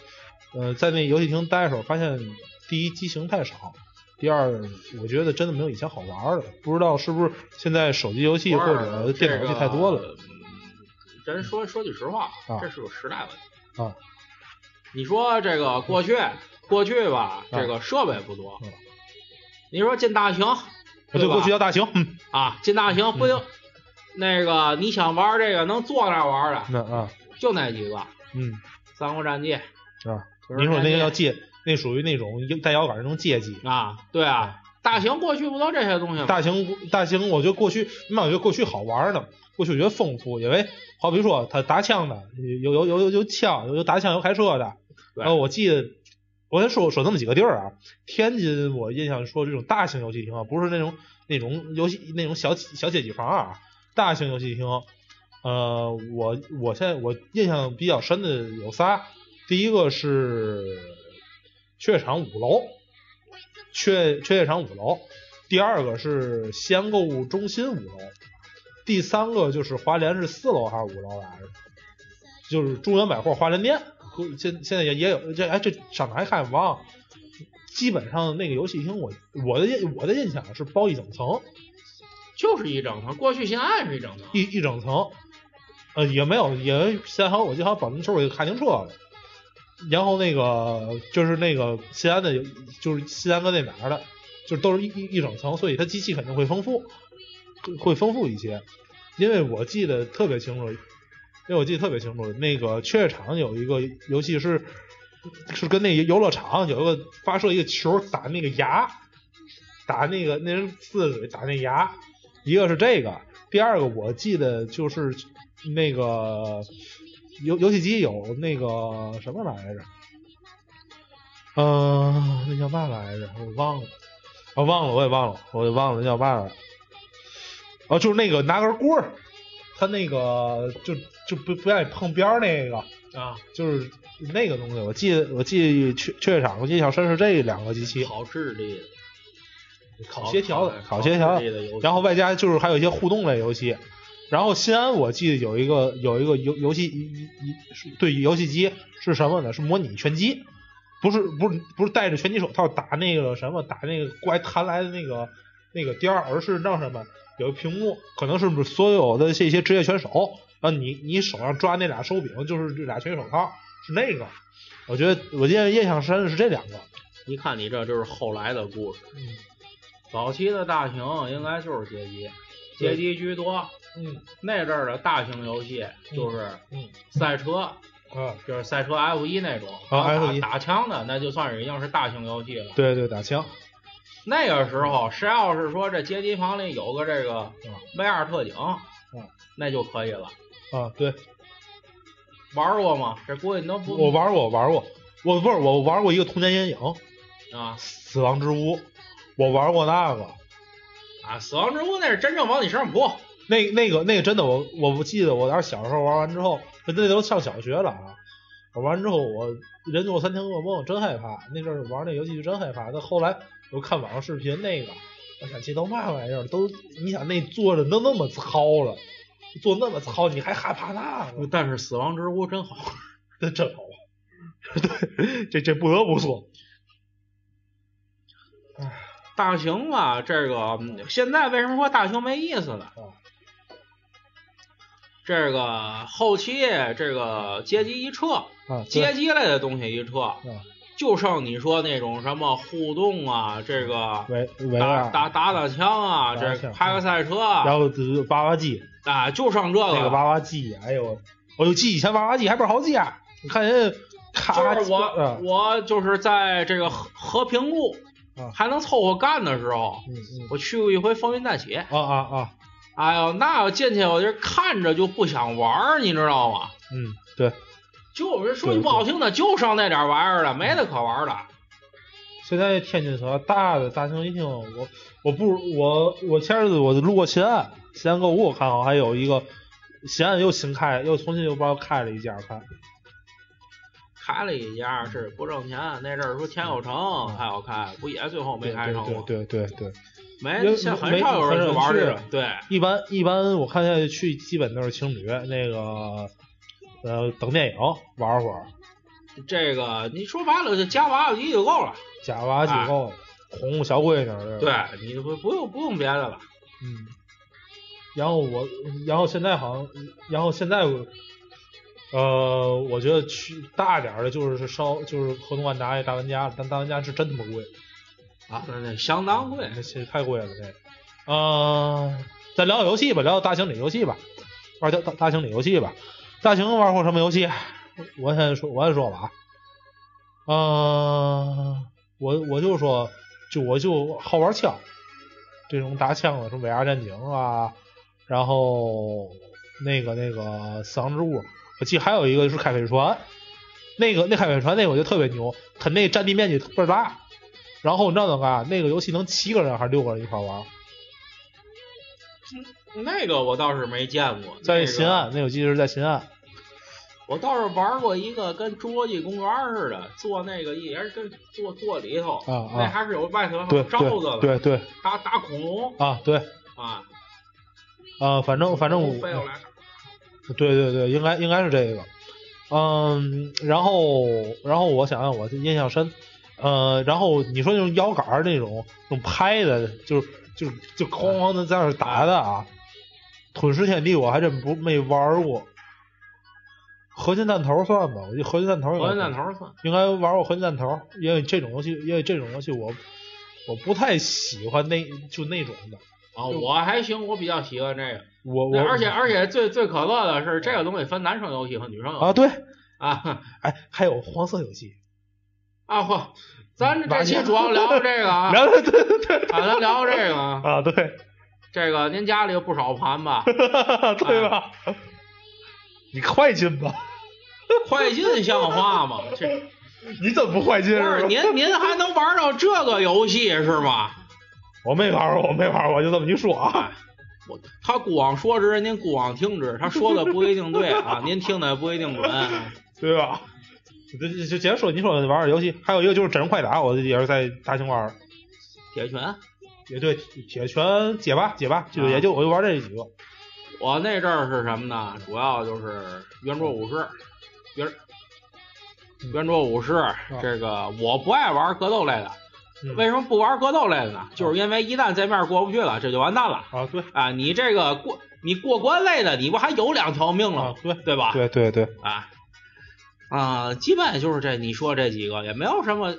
[SPEAKER 1] 呃，在那游戏厅待的时候，发现第一机型太少。第二，我觉得真的没有以前好玩了，不知道是不是现在手机游戏或者电脑游戏太多了。
[SPEAKER 2] 了。咱嗯说说句实话
[SPEAKER 1] 啊，
[SPEAKER 2] 这是个时代问题
[SPEAKER 1] 啊。
[SPEAKER 2] 你说这个过去过去吧，这个设备不多
[SPEAKER 1] 啊嗯。
[SPEAKER 2] 你说进大厅
[SPEAKER 1] 我
[SPEAKER 2] 对
[SPEAKER 1] 就
[SPEAKER 2] 吧
[SPEAKER 1] 过去叫大型， [laughs] 嗯，
[SPEAKER 2] 啊，进大厅不就那个你想玩这个能坐那玩的，
[SPEAKER 1] 那啊，
[SPEAKER 2] 就那几个
[SPEAKER 1] 嗯，
[SPEAKER 2] 三国战记
[SPEAKER 1] 啊，您说那个叫借，那属于那种带摇杆那种借机。
[SPEAKER 2] 啊，对啊，
[SPEAKER 1] 嗯
[SPEAKER 2] 大型过去不都这些东西吗？
[SPEAKER 1] 大型大型，我觉得过去，那我觉得过去好玩呢。过去我觉得丰富，因为好比说他打枪的，有有有有有枪，有有打枪，有开车的。
[SPEAKER 2] 对
[SPEAKER 1] 然后我记得，我先说说那么几个地儿啊。天津，我印象说这种大型游戏厅啊，不是那种那种游戏那种小小街机房啊，大型游戏厅。呃，我我现在我印象比较深的有仨，第一个是雀场五楼，雀雀业场五楼，第二个是西安购物中心五楼，第三个就是华联是四楼还是五楼来着？就是中原百货华联店，和现现在也也有这哎这商场还开放，基本上那个游戏厅我我的印我的印象是包一整层，
[SPEAKER 2] 就是一整层，过去现在是一整层。
[SPEAKER 1] 一一整层，呃，也没有，也现在好像我记得好像保龄球我就看清楚了。然后那个就是那个西安的有，就是西安跟那哪儿的，就是都是一一一整层，所以它机器肯定会丰富，会丰富一些。因为我记得特别清楚，因为我记得特别清楚，那个雀跃场有一个游戏是是跟那游乐场有一个发射一个球打那个牙，打那个那是刺水打那牙，一个是这个，第二个我记得就是那个游游戏机有那个什么来着，嗯、那叫嘛来着？我忘了，我、忘了，我也忘了，我也忘了那叫嘛来着。哦，就是那个拿根棍儿，他那个就就不不愿意碰边儿那个，
[SPEAKER 2] 啊，
[SPEAKER 1] 就是那个东西。我记得我记雀雀跃场，我记得小申是这两个机器
[SPEAKER 2] 考智力的，
[SPEAKER 1] 烤协调的，
[SPEAKER 2] 考
[SPEAKER 1] 烤协调
[SPEAKER 2] 智力
[SPEAKER 1] 的，
[SPEAKER 2] 的游戏，
[SPEAKER 1] 然后外加就是还有一些互动类游戏。然后西安我记得有一个有一个游游戏一一一是对游戏机是什么呢？是模拟拳击，不是不是不是戴着拳击手套打那个什么打那个怪弹来的那个那个颠儿，而是让什么有个屏幕，可能是所有的这些职业拳手，然后你你手上抓那俩手柄就是这俩拳击手套，是那个。我觉得我记得印象深是这两个，
[SPEAKER 2] 一看你这就是后来的故事。
[SPEAKER 1] 嗯
[SPEAKER 2] 早期的大型应该就是街机，
[SPEAKER 1] 对
[SPEAKER 2] 街机居多。
[SPEAKER 1] 嗯
[SPEAKER 2] 那阵儿的大型游戏就是
[SPEAKER 1] 嗯
[SPEAKER 2] 赛车，
[SPEAKER 1] 啊，
[SPEAKER 2] 就是赛车 F 哦一那种，
[SPEAKER 1] 啊
[SPEAKER 2] 打
[SPEAKER 1] F1
[SPEAKER 2] 打枪的那就算是已经是大型游戏了。
[SPEAKER 1] 对对打枪，
[SPEAKER 2] 那个时候，谁要是说这街机房里有个这个
[SPEAKER 1] 嗯
[SPEAKER 2] V 二特警，
[SPEAKER 1] 嗯
[SPEAKER 2] 那就可以了。
[SPEAKER 1] 啊对。
[SPEAKER 2] 玩过吗？这估计你都不
[SPEAKER 1] 我玩过，我玩过，我不是我玩过一个童年阴影《
[SPEAKER 2] 啊
[SPEAKER 1] 死亡之屋》，我玩过那个，
[SPEAKER 2] 啊！死亡之屋那是真正往你身上扑，
[SPEAKER 1] 那那个那个真的我我记得，我当时小时候玩完之后，那那都上小学了啊，我玩完之后我人做三天噩梦，真害怕。那阵儿玩那游戏就真害怕，但后来我看网上视频那个，我想这都嘛玩意儿，都你想那坐着都那么糙了，坐那么糙，你还害怕那个？
[SPEAKER 2] 呃但是死亡之屋真好玩。
[SPEAKER 1] 这真好玩，啊 [laughs] 对，这这不得不说，
[SPEAKER 2] 大型吧，这个嗯现在为什么说大型没意思了
[SPEAKER 1] 哦？
[SPEAKER 2] 这个后期这个街机一撤，
[SPEAKER 1] 啊，对
[SPEAKER 2] 街机类的东西一撤，
[SPEAKER 1] 啊，
[SPEAKER 2] 就剩你说那种什么互动啊，这个
[SPEAKER 1] 维维
[SPEAKER 2] 打
[SPEAKER 1] 二
[SPEAKER 2] 打打打枪啊，
[SPEAKER 1] 打打
[SPEAKER 2] 这
[SPEAKER 1] 枪嗯
[SPEAKER 2] 开个赛车啊，
[SPEAKER 1] 然后就是娃娃机，
[SPEAKER 2] 啊，就剩这
[SPEAKER 1] 那个娃娃机，哎呦，我就记以前娃娃机还不是好记啊，你看人家咔，
[SPEAKER 2] 就是我
[SPEAKER 1] 嗯
[SPEAKER 2] 我就是在这个和和平路
[SPEAKER 1] 啊
[SPEAKER 2] 还能凑合干的时候，
[SPEAKER 1] 嗯嗯，
[SPEAKER 2] 我去过一回风云再起。
[SPEAKER 1] 啊啊啊，
[SPEAKER 2] 哎呦，那我进去我就看着就不想玩儿，你知道吗？
[SPEAKER 1] 嗯，对，
[SPEAKER 2] 就我这说句不好听的，就剩那点玩意儿了，没得可玩儿了。
[SPEAKER 1] 现在天津城大的大型一厅，我我不我我前日子我就路过西安，西安购物我看好还有一个西安又新开，又重新又不知道开了一家，看
[SPEAKER 2] 开了一家是不挣钱，那阵儿说天有城还要开，不也最后没开成吗？
[SPEAKER 1] 嗯对对对对对，
[SPEAKER 2] 没，现在很少有人去玩儿这种。对，
[SPEAKER 1] 一般一般我看下去去基本都是情侣那个呃等电影玩会儿，
[SPEAKER 2] 这个你说白了就加娃娃机就够了。
[SPEAKER 1] 假娃机构哄哄小闺女儿，对吧
[SPEAKER 2] 对，你不不用不用别的了。
[SPEAKER 1] 嗯，然后我，然后现在好像，然后现在我，呃，我觉得去大点儿的，就是稍就是合同万达呀、大玩家，但大玩家是真他妈贵，
[SPEAKER 2] 啊，那那相当贵。
[SPEAKER 1] 那些太贵了这。呃，咱聊聊游戏吧，聊聊大型里游戏吧，玩大大大型里游戏吧。大型玩过什么游戏？啊我先说，我先说吧啊。呃，我我就说，就我就好玩枪，这种打枪的，什么《VR 战警》啊，然后那个那个《死亡之屋》，我记得还有一个是开水船，那个那开水船那个我觉得特别牛，它那占地面积倍儿大。然后你知道怎么干？那个游戏能七个人还是六个人一块玩？
[SPEAKER 2] 那个我倒是没见过，那
[SPEAKER 1] 在
[SPEAKER 2] 个
[SPEAKER 1] 新安，那游戏是在新安。
[SPEAKER 2] 我倒是玩过一个跟侏罗纪公园似的，坐那个也是跟坐坐里头，
[SPEAKER 1] 啊啊
[SPEAKER 2] 那还是有外头还
[SPEAKER 1] 对
[SPEAKER 2] 有罩子的，
[SPEAKER 1] 对对对
[SPEAKER 2] 打打恐龙
[SPEAKER 1] 啊对
[SPEAKER 2] 啊，
[SPEAKER 1] 啊，反正反正我
[SPEAKER 2] 飞过来，
[SPEAKER 1] 对对对，应该应该是这个。嗯，然后然后我想想，我印象深，呃，然后你说那种摇杆儿那种那种拍的，就是就是就哐哐的在那儿打的啊，《吞噬天地》我还真不没玩儿过。合金弹头算吧，我觉得合金弹头应该
[SPEAKER 2] 火箭弹头算
[SPEAKER 1] 应该玩过合金弹头，因为这种游戏，因为这种游戏我我不太喜欢那就那种的，
[SPEAKER 2] 啊，我还行，我比较喜欢这个。
[SPEAKER 1] 我我
[SPEAKER 2] 对而且而且最最可乐的是，这个东西分男生游戏和女生游戏
[SPEAKER 1] 啊，对，
[SPEAKER 2] 啊
[SPEAKER 1] 哎，还有黄色游戏，
[SPEAKER 2] 啊嚯！咱
[SPEAKER 1] 玩
[SPEAKER 2] 这期
[SPEAKER 1] 家
[SPEAKER 2] 主要聊这
[SPEAKER 1] [laughs]
[SPEAKER 2] 个啊，
[SPEAKER 1] 然后对对对
[SPEAKER 2] 啊，咱聊这个啊，
[SPEAKER 1] 啊，对，
[SPEAKER 2] 这个您家里有不少盘吧？
[SPEAKER 1] 对吧？
[SPEAKER 2] 啊
[SPEAKER 1] [laughs] 你快进吧，
[SPEAKER 2] 快进像话吗？这
[SPEAKER 1] 你怎么不快进啊
[SPEAKER 2] 不
[SPEAKER 1] 是
[SPEAKER 2] 是
[SPEAKER 1] 吧？
[SPEAKER 2] 您您还能玩到这个游戏是吗？
[SPEAKER 1] 我没玩过，我没玩过，我就这么一说啊。
[SPEAKER 2] 我他孤往说之，您孤往听之，他说的不一定对啊，您听的也不一定准。啊
[SPEAKER 1] 对吧？就就就接着说，你说玩儿游戏，还有一个就是《真人快打》，我也是在大兴玩儿，
[SPEAKER 2] 铁拳，
[SPEAKER 1] 也对，铁拳解吧解吧，就
[SPEAKER 2] 啊
[SPEAKER 1] 也就我就玩这几个。
[SPEAKER 2] 我那阵儿是什么呢？主要就是圆桌武士，圆圆桌武士。这个我不爱玩格斗类的，
[SPEAKER 1] 嗯
[SPEAKER 2] 为什么不玩格斗类的呢？就是因为一旦这面过不去了，这就完蛋了
[SPEAKER 1] 啊，对
[SPEAKER 2] 啊！你这个过你过关类的，你不还有两条命了
[SPEAKER 1] 啊
[SPEAKER 2] 吗？，
[SPEAKER 1] 对
[SPEAKER 2] 对吧？
[SPEAKER 1] 对对对，
[SPEAKER 2] 啊啊，基本就是这你说这几个，也没有什么。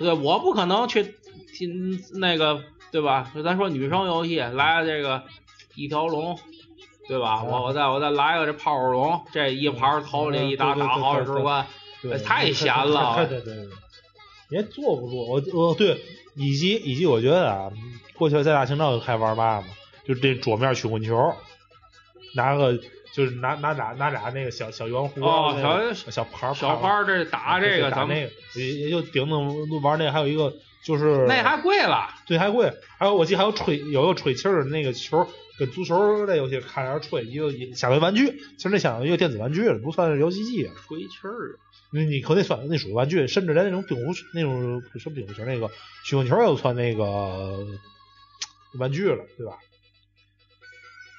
[SPEAKER 2] 对，我不可能去听那个，对吧？就咱说女生游戏，来这个一条龙，对吧？我我再我再来个这泡泡龙，这一盘头里一打
[SPEAKER 1] 啊嗯对对
[SPEAKER 2] 打
[SPEAKER 1] 对
[SPEAKER 2] 好几十关，
[SPEAKER 1] 对
[SPEAKER 2] 哎太闲了
[SPEAKER 1] 对对对对对，也坐不住。我我对，以及以及我觉得啊，过去在大兴照就开始玩嘛嘛，就这桌面曲棍球，拿个就是拿拿拿拿俩那个小小圆弧
[SPEAKER 2] 哦
[SPEAKER 1] 啊那个
[SPEAKER 2] 小
[SPEAKER 1] 小盘儿
[SPEAKER 2] 小
[SPEAKER 1] 盘
[SPEAKER 2] 花
[SPEAKER 1] 儿啊
[SPEAKER 2] 儿这打这个，
[SPEAKER 1] 打
[SPEAKER 2] 咱
[SPEAKER 1] 那
[SPEAKER 2] 们
[SPEAKER 1] 个也也就顶顶玩那个，还有一个就是
[SPEAKER 2] 那还贵了。
[SPEAKER 1] 对还贵，还有我记得还有吹有一个吹气儿的那个球，跟足球那游戏看着吹，一个也相当于玩具，其实那相当于一个电子玩具了，不算是游戏机啊。
[SPEAKER 2] 吹气儿，
[SPEAKER 1] 你你可那算那属于玩具，甚至连那种冰壶那种什么冰壶球那个曲棍球也算那个呃玩具了，对吧？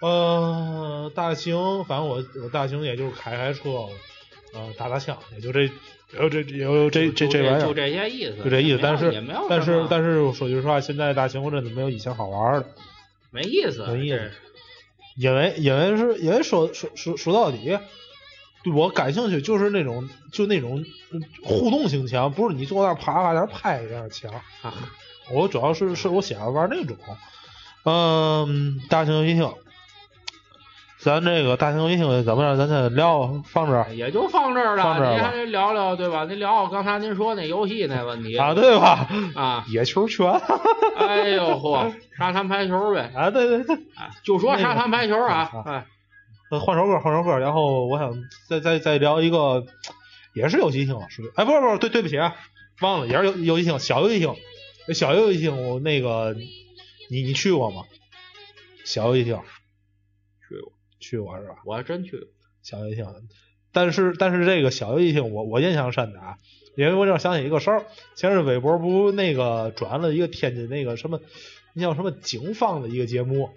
[SPEAKER 1] 呃，大型，反正我我大型也就是开开车，呃，打打枪，也就这，也就这，也就这这
[SPEAKER 2] 就
[SPEAKER 1] 这玩意
[SPEAKER 2] 就
[SPEAKER 1] 儿，
[SPEAKER 2] 这些意思，
[SPEAKER 1] 就这意思。
[SPEAKER 2] 也没有
[SPEAKER 1] 但是
[SPEAKER 2] 也没有什么，
[SPEAKER 1] 但是但是，说句实话，现在大型我真的没有以前好玩了。
[SPEAKER 2] 没意思，
[SPEAKER 1] 没意思
[SPEAKER 2] 这
[SPEAKER 1] 因为因为是因为说说说说到底，对我感兴趣就是那种就那种嗯互动性强，不是你坐那儿啪啪在那儿拍在那儿强。
[SPEAKER 2] 啊
[SPEAKER 1] 我主要是是我喜欢玩那种，嗯，大型游戏厅。咱这个大型游戏厅怎么着？咱先聊放这儿
[SPEAKER 2] 也就放这儿了。
[SPEAKER 1] 放这儿吧
[SPEAKER 2] 您还得聊聊对吧？您聊聊刚才您说那游戏那问题
[SPEAKER 1] 啊，对吧？
[SPEAKER 2] 啊
[SPEAKER 1] 野球拳
[SPEAKER 2] 哎呦嚯，沙滩排球呗，
[SPEAKER 1] 啊，对对对，
[SPEAKER 2] 啊就说沙滩排球啊
[SPEAKER 1] 那，个
[SPEAKER 2] 哎，
[SPEAKER 1] 呃换首歌，换首歌，然后我想再再再聊一个，也是游戏厅，属于哎，不是不是，对对不起啊，忘了，也是游游戏厅，小游戏厅，小游戏厅，我那个你你去过吗？小游戏厅
[SPEAKER 2] 去过，
[SPEAKER 1] 去过是吧？
[SPEAKER 2] 我还真去过。
[SPEAKER 1] 小游戏厅，但是但是这个小游戏厅我我印象深的啊，因为我正想起一个事儿，前日微博不那个转了一个天津那个什么，那叫什么警方的一个节目，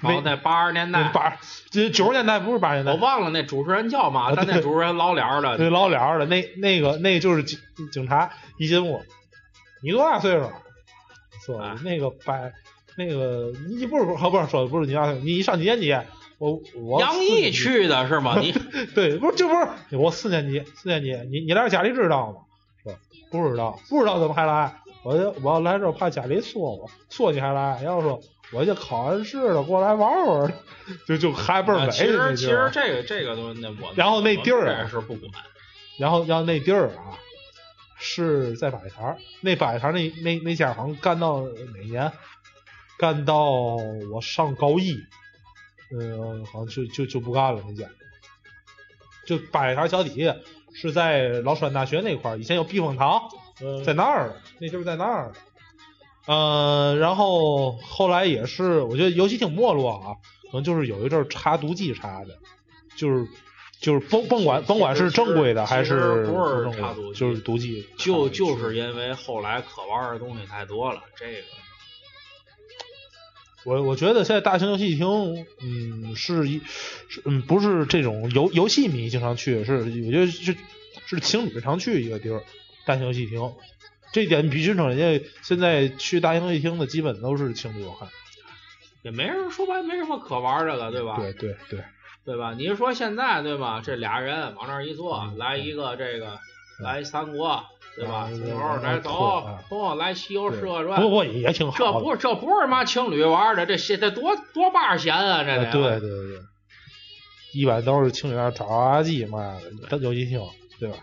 [SPEAKER 2] 然后在八十年代，
[SPEAKER 1] 八这九十年代不是八十年代
[SPEAKER 2] 我，忘了那主持人叫嘛，但那
[SPEAKER 1] 对
[SPEAKER 2] 主持人老脸儿的，
[SPEAKER 1] 对，老了儿的那那个那就是警警察一进屋，你多大岁数啊？说
[SPEAKER 2] 啊
[SPEAKER 1] 那个百那个你不是不是不是说不是你多大岁数，你上几年级？我我
[SPEAKER 2] 杨
[SPEAKER 1] 四
[SPEAKER 2] 毅
[SPEAKER 1] 年级
[SPEAKER 2] 去的是吗？你
[SPEAKER 1] 对，不是就不是我四年级四年级，你你来家里知道吗？说不知道不知道怎么还来？我就我要来这儿怕家里说我说你还来，要说我就考完试了过来玩玩儿 [laughs] 了，就就还 [laughs] 倍儿
[SPEAKER 2] 啊
[SPEAKER 1] 美。
[SPEAKER 2] 其实
[SPEAKER 1] 你
[SPEAKER 2] 其
[SPEAKER 1] 知道
[SPEAKER 2] 实
[SPEAKER 1] 吗
[SPEAKER 2] 这个这个东西，那我们
[SPEAKER 1] 然后那
[SPEAKER 2] 我们
[SPEAKER 1] 地儿
[SPEAKER 2] 这
[SPEAKER 1] 啊
[SPEAKER 2] 是不管。
[SPEAKER 1] 然后然后那地儿啊，是在八里台儿，那八里台儿那那那家好像干到哪年？干到我上高一，嗯，好像就就就不干了那家。就八里台儿桥底下是在老川大学那块儿，以前有避风塘，在那儿，那地儿在那儿。嗯，然后后来也是，我觉得游戏挺没落啊，可能就是有一阵儿查毒剂查的，就是就是甭甭管甭管是正规的还
[SPEAKER 2] 其实
[SPEAKER 1] 是
[SPEAKER 2] 不是
[SPEAKER 1] 正规的
[SPEAKER 2] 查毒剂
[SPEAKER 1] 就是毒剂，
[SPEAKER 2] 就就是因为后来可玩的东西太多了，这个
[SPEAKER 1] 我我觉得现在大型游戏厅，嗯，是一是嗯不是这种游游戏迷经常去，是我觉得是是情侣常去一个地儿，大型游戏厅。这一点比均成人家现在去大型游戏厅的基本都是情侣，我看。
[SPEAKER 2] 也没人说白，没什么可玩的了，对吧？
[SPEAKER 1] 对对对，
[SPEAKER 2] 对吧？你说现在对吧？这俩人往那儿一坐，
[SPEAKER 1] 嗯
[SPEAKER 2] 来一个这个，
[SPEAKER 1] 嗯
[SPEAKER 2] 来一三国，对吧？
[SPEAKER 1] 啊
[SPEAKER 2] 从
[SPEAKER 1] 对
[SPEAKER 2] 头儿来
[SPEAKER 1] 对
[SPEAKER 2] 走
[SPEAKER 1] 啊，
[SPEAKER 2] 哦，来西游
[SPEAKER 1] 对
[SPEAKER 2] 射转，
[SPEAKER 1] 不过也挺
[SPEAKER 2] 这
[SPEAKER 1] 好的。
[SPEAKER 2] 不这不是嘛情侣玩的，这些这多多半闲啊，这得、
[SPEAKER 1] 啊对对对对，一般都是情侣二炸鸡啊嘛，它有一听，对吧？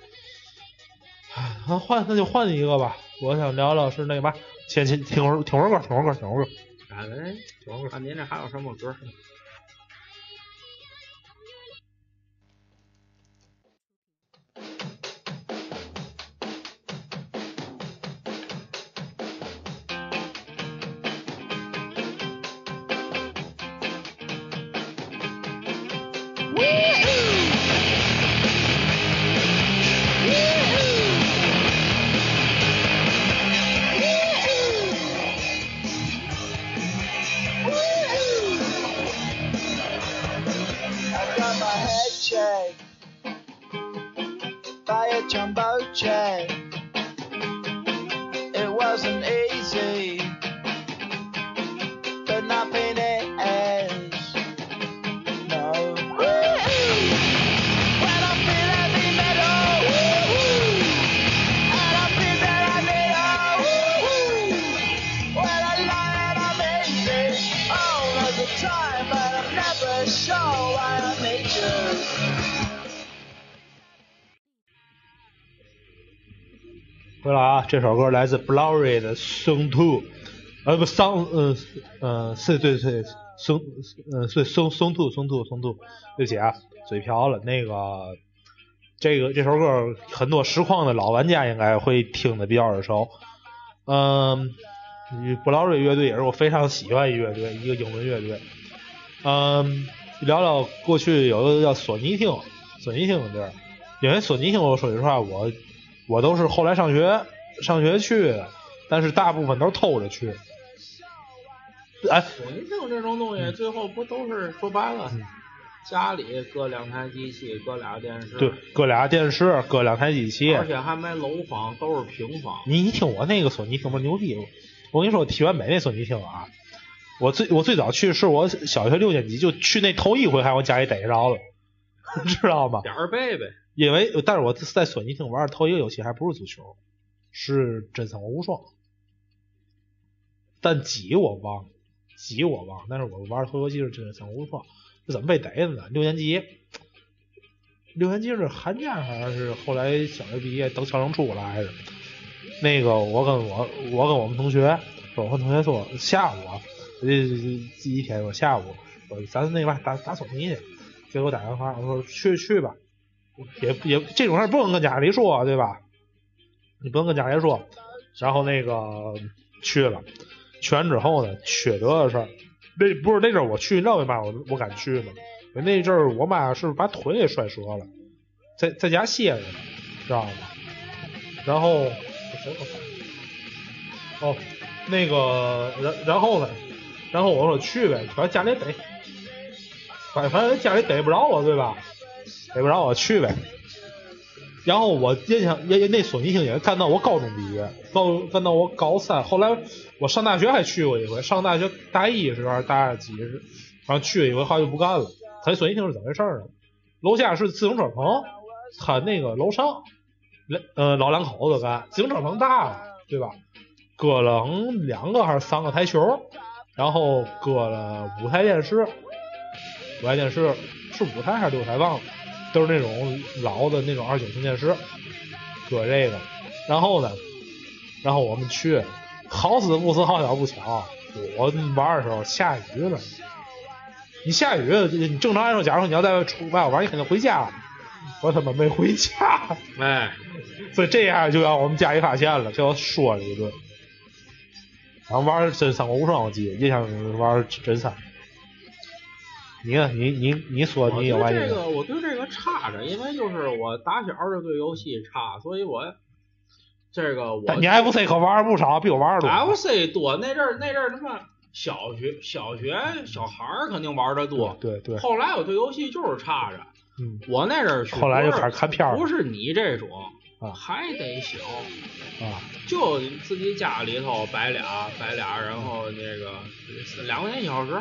[SPEAKER 1] 唉那换那就换一个吧，我想聊聊是那嘛，先先听会儿听会儿歌，听会儿歌，听会儿歌，
[SPEAKER 2] 啊，哎，
[SPEAKER 1] 听会儿歌。
[SPEAKER 2] 看您这还有什么歌？
[SPEAKER 3] I got my head checked by a jumbo check. It wasn't easy, but nothing is. No. When I feel heavy metal, and I feel that I need a When I lie and I'm easy all of the time, but I'm never sure why I need you.
[SPEAKER 1] 回来啊，这首歌来自 Blurry 的《Song Two》，呃不，Song 呃呃是对对，Song 呃是 Song Song Two Song Two Song Two，对不起啊，嘴瓢了。那个这个这首歌很多实况的老玩家应该会听的比较耳熟。嗯、Blurry 乐队也是我非常喜欢一乐队，一个英文乐队。嗯，聊聊过去有一个叫索尼汀，索尼汀的地儿，因为索尼汀，我说句实话，我我都是后来上学上学去的，但是大部分都是偷着去。哎，
[SPEAKER 2] 索尼听这种东西，最后不都是说白了，
[SPEAKER 1] 嗯
[SPEAKER 2] 家里搁两台机器，搁俩电视，
[SPEAKER 1] 对，搁俩电视，搁两台机器。
[SPEAKER 2] 而且还没楼房，都是平房。
[SPEAKER 1] 你你听我那个索尼听不牛逼？我跟你说，我体完美那索尼听啊，我最我最早去是我小学六年级就去那头一回，还我家里逮着了， [laughs] 知道吗？
[SPEAKER 2] 点儿背呗，
[SPEAKER 1] 因为但是我在索尼厅玩的头一个游戏还不是足球，是真三国无双，但几我忘了，几我忘了，但是我玩的头一个游戏是真三国无双，这怎么被逮的呢？六年级，六年级是寒假好像是后来小学毕业等小升初来的，那个我跟我我跟我们同学，我跟同学说下午啊，我这第一天我下午我咱那吧打打索尼去，结果打电话我说去去吧。也也这种事儿不能跟家里说，啊对吧？你不能跟家里说。然后那个去了，去完之后呢，缺德的事儿，那不是那阵儿我去，你知道为嘛我我敢去吗？因为那阵儿我妈是把腿给摔折了，在在家歇着呢，知道吗？然后哦，那个然然后呢，然后我说去呗，反正家里逮，反反正家里逮不着我，对吧？逮不着哎我去呗。然后我印象也也那索尼性也干到我高中毕业，高干到我高三。后来我上大学还去过一回，上大学大一时还是大几时，反正去了一回，后来就不干了。他那索尼性是怎么回事呢？楼下是自行车棚，他那个楼上，两呃老两口子干自行车棚大了，对吧？搁了嗯两个还是三个台球，然后搁了五台电视，五台电视是五台还是六台忘了。都是那种老的那种二九寸电视，搁这个。然后呢，然后我们去，好死不死，好巧不巧，我玩的时候下雨了。你下雨，你正常来说，假如说你要在出外玩，你肯定回家。我他妈没回家，
[SPEAKER 2] 哎，
[SPEAKER 1] 所以这样就让我们家里发现了，给我说了一顿。然后玩真三国无双，我记得印象中玩真三。你呢？你你你说
[SPEAKER 2] 我
[SPEAKER 1] 你
[SPEAKER 2] 对
[SPEAKER 1] 有玩
[SPEAKER 2] 这个我对这个差着，因为就是我打小就对游戏差，所以我这个我
[SPEAKER 1] 但你 FC 可玩儿不少，比我玩儿多。
[SPEAKER 2] FC 多那阵儿那阵儿他妈小学小学小孩儿肯定玩的多，
[SPEAKER 1] 对对，
[SPEAKER 2] 后来我对游戏就是差着，
[SPEAKER 1] 嗯，
[SPEAKER 2] 我那阵儿去
[SPEAKER 1] 后来就
[SPEAKER 2] 不是
[SPEAKER 1] 开始看片儿
[SPEAKER 2] 不
[SPEAKER 1] 了
[SPEAKER 2] 是你这种
[SPEAKER 1] 啊
[SPEAKER 2] 还得小，
[SPEAKER 1] 啊，
[SPEAKER 2] 就自己家里头摆俩摆俩，然后那个两块钱一小时。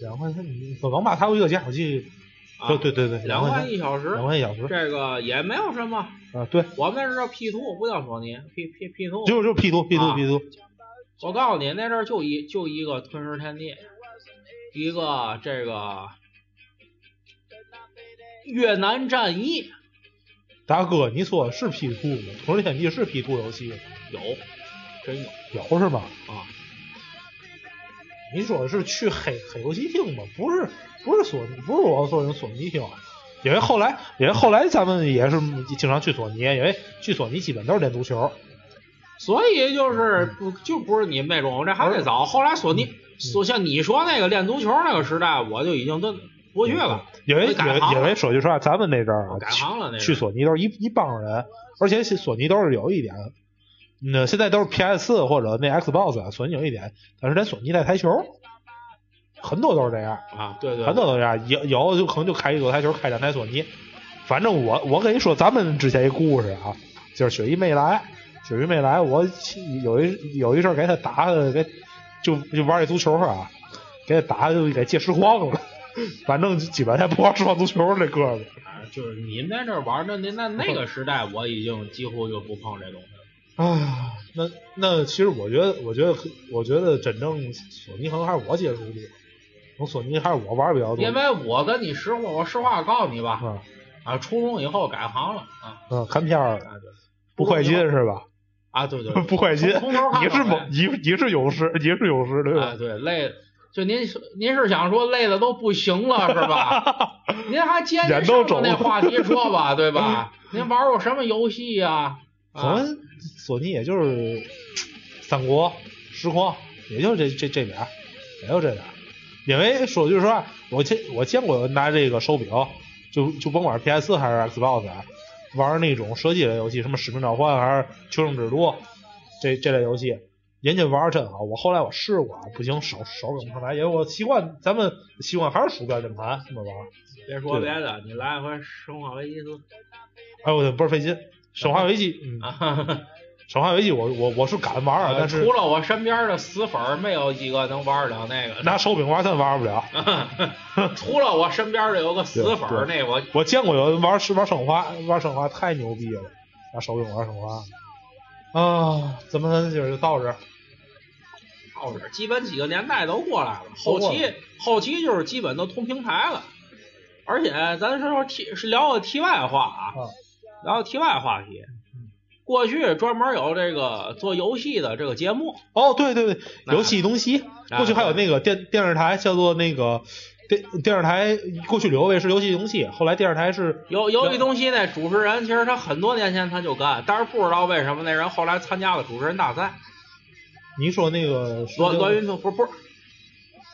[SPEAKER 1] 两块钱，你可能吧，他有一个家伙机
[SPEAKER 2] 啊，
[SPEAKER 1] 对对对对，
[SPEAKER 2] 两
[SPEAKER 1] 块
[SPEAKER 2] 块一小时，
[SPEAKER 1] 两块一小时
[SPEAKER 2] 这个也没有什么，
[SPEAKER 1] 啊，对，
[SPEAKER 2] 我们那是叫 P 图，不叫索尼，P P P 图。
[SPEAKER 1] 就是就是 P 图 P 图
[SPEAKER 2] 啊
[SPEAKER 1] P 图，
[SPEAKER 2] 我告诉你，那阵儿就一就一个吞食天地，一个这个越南战役
[SPEAKER 1] 大哥，你说是 P 图吗？《同时天地》是 P 图游戏吗？
[SPEAKER 2] 有，真有
[SPEAKER 1] 有是吧？
[SPEAKER 2] 啊，
[SPEAKER 1] 你说是去黑黑游戏厅吧？不是，不是索尼，不是我说人索尼厅，啊因为后来，因为后来咱们也是经常去索尼，因为去索尼基本都是练足球。
[SPEAKER 2] 所以就是不就不是你们那种，这还得早。后来索尼，
[SPEAKER 1] 嗯
[SPEAKER 2] 索像你说那个练足球那个时代，我就已经都不去了，
[SPEAKER 1] 因为
[SPEAKER 2] 我改
[SPEAKER 1] 因为
[SPEAKER 2] 行了
[SPEAKER 1] 因为说句实话，咱们那阵儿
[SPEAKER 2] 我
[SPEAKER 1] 啊
[SPEAKER 2] 改
[SPEAKER 1] 去
[SPEAKER 2] 行了那
[SPEAKER 1] 去
[SPEAKER 2] 阵儿。
[SPEAKER 1] 索尼都是一一帮人，而且索尼都是有一点，那现在都是 PS 四或者那 Xbox，啊索尼有一点，但是咱索尼带台球，很多都是这样。
[SPEAKER 2] 啊，对对
[SPEAKER 1] 很多都这样，有有就可能就开一个台球，开两台索尼。反正我我跟你说，咱们之前一故事啊，就是雪姨没来，雪姨没来，我有一有一阵儿给他打的给就就玩这足球啊，给他打的就给借实况了。 [laughs] 反正基本上不玩实况足球这哥们
[SPEAKER 2] 啊就是你们在这儿玩的那那那个时代，我已经几乎就不碰这东
[SPEAKER 1] 嗯
[SPEAKER 2] 西了。
[SPEAKER 1] 儿啊，那那其实我觉得，我觉得我觉得真正索尼可能还是我接触多，我索尼还是我玩儿比较多。
[SPEAKER 2] 因为我跟你实话，我实话告诉你吧，
[SPEAKER 1] 啊
[SPEAKER 2] 啊，初中以后改行了啊
[SPEAKER 1] 嗯，看片儿
[SPEAKER 2] 啊对
[SPEAKER 1] 不快进是吧？
[SPEAKER 2] 啊对
[SPEAKER 1] [laughs]
[SPEAKER 2] 对
[SPEAKER 1] 不快进，
[SPEAKER 2] 从从头看
[SPEAKER 1] 你是
[SPEAKER 2] 到
[SPEAKER 1] 猛，你你是勇士，你是勇士对
[SPEAKER 2] 尾
[SPEAKER 1] 吧 [laughs]
[SPEAKER 2] 啊？对累，就您是您是想说累的都不行了是吧？ [laughs] 您还接着
[SPEAKER 1] 眼都
[SPEAKER 2] 上
[SPEAKER 1] 肿
[SPEAKER 2] 次那话题说吧，
[SPEAKER 1] [laughs]
[SPEAKER 2] 对吧？您玩过什么游戏呀、啊？
[SPEAKER 1] 可能索尼也就是三国、实况，也就这这这俩，也就这俩。因为说句实话，我见我见过拿这个手柄，就就甭管 PS 还是 Xbox 啊，玩那种射击类游戏，什么《使命召唤》还是《求生之路》这这类游戏，人家玩儿真好。我后来我试过，啊，不行，手手梗不上来，因为我习惯咱们习惯还是鼠标键盘这么玩儿。
[SPEAKER 2] 别说别的，你来一回《生化危机四
[SPEAKER 1] 哎我倍儿费劲，《生化危机》嗯，》
[SPEAKER 2] [laughs] 啊哈哈，
[SPEAKER 1] 生化危机我我我是敢玩啊，但是
[SPEAKER 2] 除了我身边的死粉儿，没有几个能玩得了那
[SPEAKER 1] [laughs]
[SPEAKER 2] 个的。
[SPEAKER 1] 拿手柄玩真玩不了。
[SPEAKER 2] 除了我身边的有个死粉儿，
[SPEAKER 1] 对
[SPEAKER 2] 那我
[SPEAKER 1] 我见过有人玩玩生化，玩生化太牛逼了，拿手柄玩生化。啊，咱们今儿就到这儿。
[SPEAKER 2] 倒是基本几个年代都过来了，后
[SPEAKER 1] 都过
[SPEAKER 2] 期后期就是基本都通平台了。而且咱是说题是聊个题外话啊，
[SPEAKER 1] 啊嗯
[SPEAKER 2] 聊个题外话题。过去专门有这个做游戏的这个节目，啊
[SPEAKER 1] 哦，对对对，
[SPEAKER 2] 那
[SPEAKER 1] 游戏东西，
[SPEAKER 2] 那
[SPEAKER 1] 过去还有那个电电视台叫做那个电电视台，过去留位是游戏东西，后来电视台是
[SPEAKER 2] 有有一东西呢，主持人其实他很多年前他就干，但是不知道为什么那人后来参加了主持人大赛，
[SPEAKER 1] 你说那个
[SPEAKER 2] 栾栾云平不是不是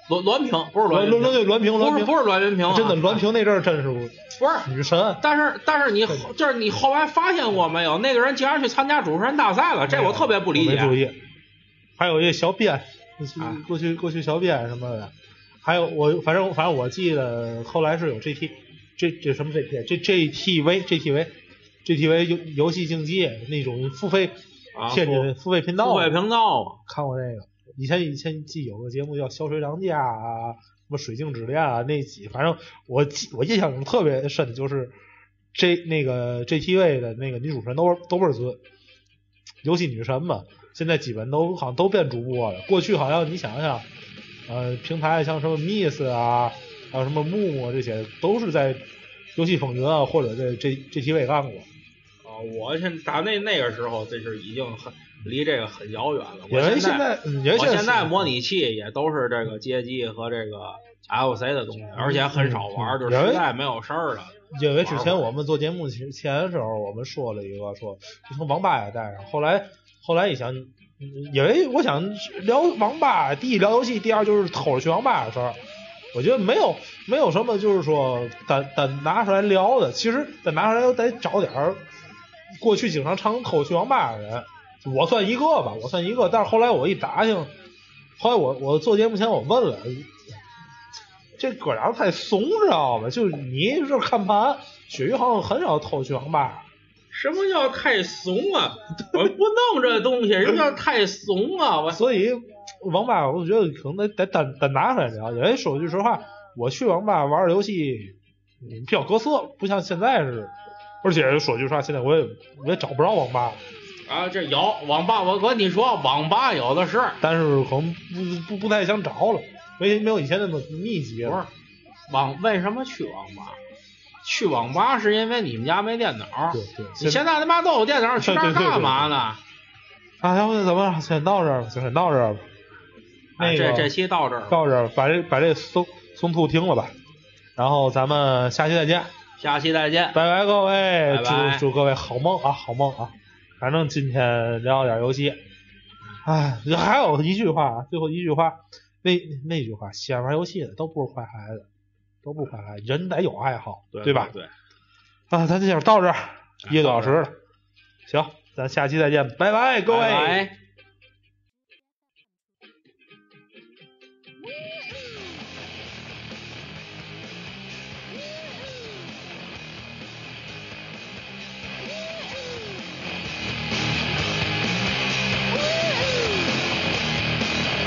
[SPEAKER 2] 栾栾平不是栾
[SPEAKER 1] 栾栾
[SPEAKER 2] 云
[SPEAKER 1] 栾
[SPEAKER 2] 平，
[SPEAKER 1] 对栾平栾
[SPEAKER 2] 不
[SPEAKER 1] 平，
[SPEAKER 2] 是不是栾云平啊，
[SPEAKER 1] 真的栾平那阵儿真是
[SPEAKER 2] 不是
[SPEAKER 1] 女神。
[SPEAKER 2] 但是但是你后就是你后来发现过没有？那个人竟然去参加主持人大赛了，这我特别不理
[SPEAKER 1] 我没注
[SPEAKER 2] 解。
[SPEAKER 1] 意。还有一个小编，过去
[SPEAKER 2] 啊
[SPEAKER 1] 过去过去小编什么的，还有我反正反正我记得后来是有 GT，这这什么 GT，这 GTV GTV GTV 游游戏竞技那种付费
[SPEAKER 2] 啊，
[SPEAKER 1] 限制付费频道，
[SPEAKER 2] 付费频道啊嘛，
[SPEAKER 1] 看过那个。以前以前记有个节目叫《小水良家》啊，什么水晶之恋啊那集，反正我记我印象中特别深，就是这那个 GTV 的那个女主持人都都倍儿尊，游戏女神嘛，现在基本都好像都变主播了。过去好像你想想，呃，平台像什么 Miss 啊，还有什么木木啊这些，都是在游戏风云啊或者在 G GTV 干过。
[SPEAKER 2] 啊，我现打那那个时候，这是已经很离这个很遥远了。
[SPEAKER 1] 因
[SPEAKER 2] 我
[SPEAKER 1] 为
[SPEAKER 2] 现
[SPEAKER 1] 现在，因为
[SPEAKER 2] 我现在
[SPEAKER 1] 是
[SPEAKER 2] 模拟器也都是这个街机和这个 FC 的东西，而且很少玩，
[SPEAKER 1] 嗯
[SPEAKER 2] 就是实在没有事儿了。
[SPEAKER 1] 因为之前我们做节目之前的时候，我们说了一个说就从网吧也带上，后来后来一想，嗯因为我想聊网吧，第一聊游戏，第二就是偷着去网吧的事儿。我觉得没有没有什么就是说咱咱拿出来聊的，其实咱拿出来得找点儿过去经常常偷去网吧的人，我算一个吧，我算一个。但是后来我一打听，后来我我做节目前我问了，这哥俩太怂，知道吧？就是你就是看盘，鳕鱼好像很少偷去网吧。
[SPEAKER 2] 什么叫太怂啊？我不弄这东西，什么叫太怂啊？我
[SPEAKER 1] 所以网吧，我觉得可能得得单单拿出来聊。因为说句实话，我去网吧玩游戏，嗯比较各色，不像现在似的。而且说句实话，现在我也我也找不着网吧，
[SPEAKER 2] 啊，这有网吧，我跟你说，网吧有的是。
[SPEAKER 1] 但是可能不不不太想找了，没没有以前那么密集
[SPEAKER 2] 不是
[SPEAKER 1] 了。，
[SPEAKER 2] 网为什么去网吧？去网吧是因为你们家没电脑。
[SPEAKER 1] 对对，
[SPEAKER 2] 你
[SPEAKER 1] 现
[SPEAKER 2] 现在他妈都有电脑，去那
[SPEAKER 1] 对
[SPEAKER 2] 儿
[SPEAKER 1] 对对
[SPEAKER 2] 干嘛呢？
[SPEAKER 1] 啊，要不就怎么着先到这儿吧，先到这儿吧。那
[SPEAKER 2] 哎
[SPEAKER 1] 个、
[SPEAKER 2] 这这期到这儿吧，
[SPEAKER 1] 到这儿，把这把这松松兔听了吧，然后咱们下期再见，
[SPEAKER 2] 下期再见。
[SPEAKER 1] 拜拜各位，
[SPEAKER 2] 拜拜
[SPEAKER 1] 祝祝各位好梦啊，好梦啊！反正今天聊点游戏，哎，还有一句话啊，最后一句话，那那句话，喜欢玩游戏的都不是坏孩子，都不是坏孩子，人得有爱好，
[SPEAKER 2] 对
[SPEAKER 1] 吧？
[SPEAKER 2] 对，哎
[SPEAKER 1] 啊，咱今天到这儿，一个多小时了，行，咱下期再见，拜拜各位。
[SPEAKER 2] 拜拜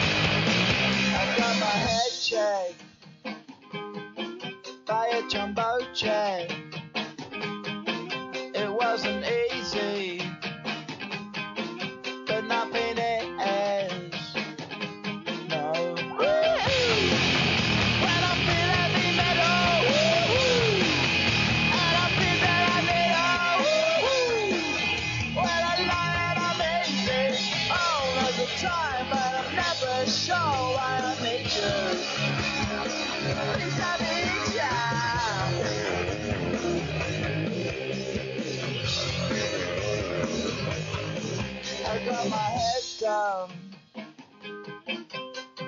[SPEAKER 3] I got my head checked by a jumbo check. It wasn't easy, but nothing is. No. When I feel heavy metal, and I feel that I need a When I lie and I'm easy all of the time, but I'm never sure why I need you. Please, I need ya. I got my head down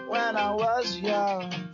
[SPEAKER 3] when I was young.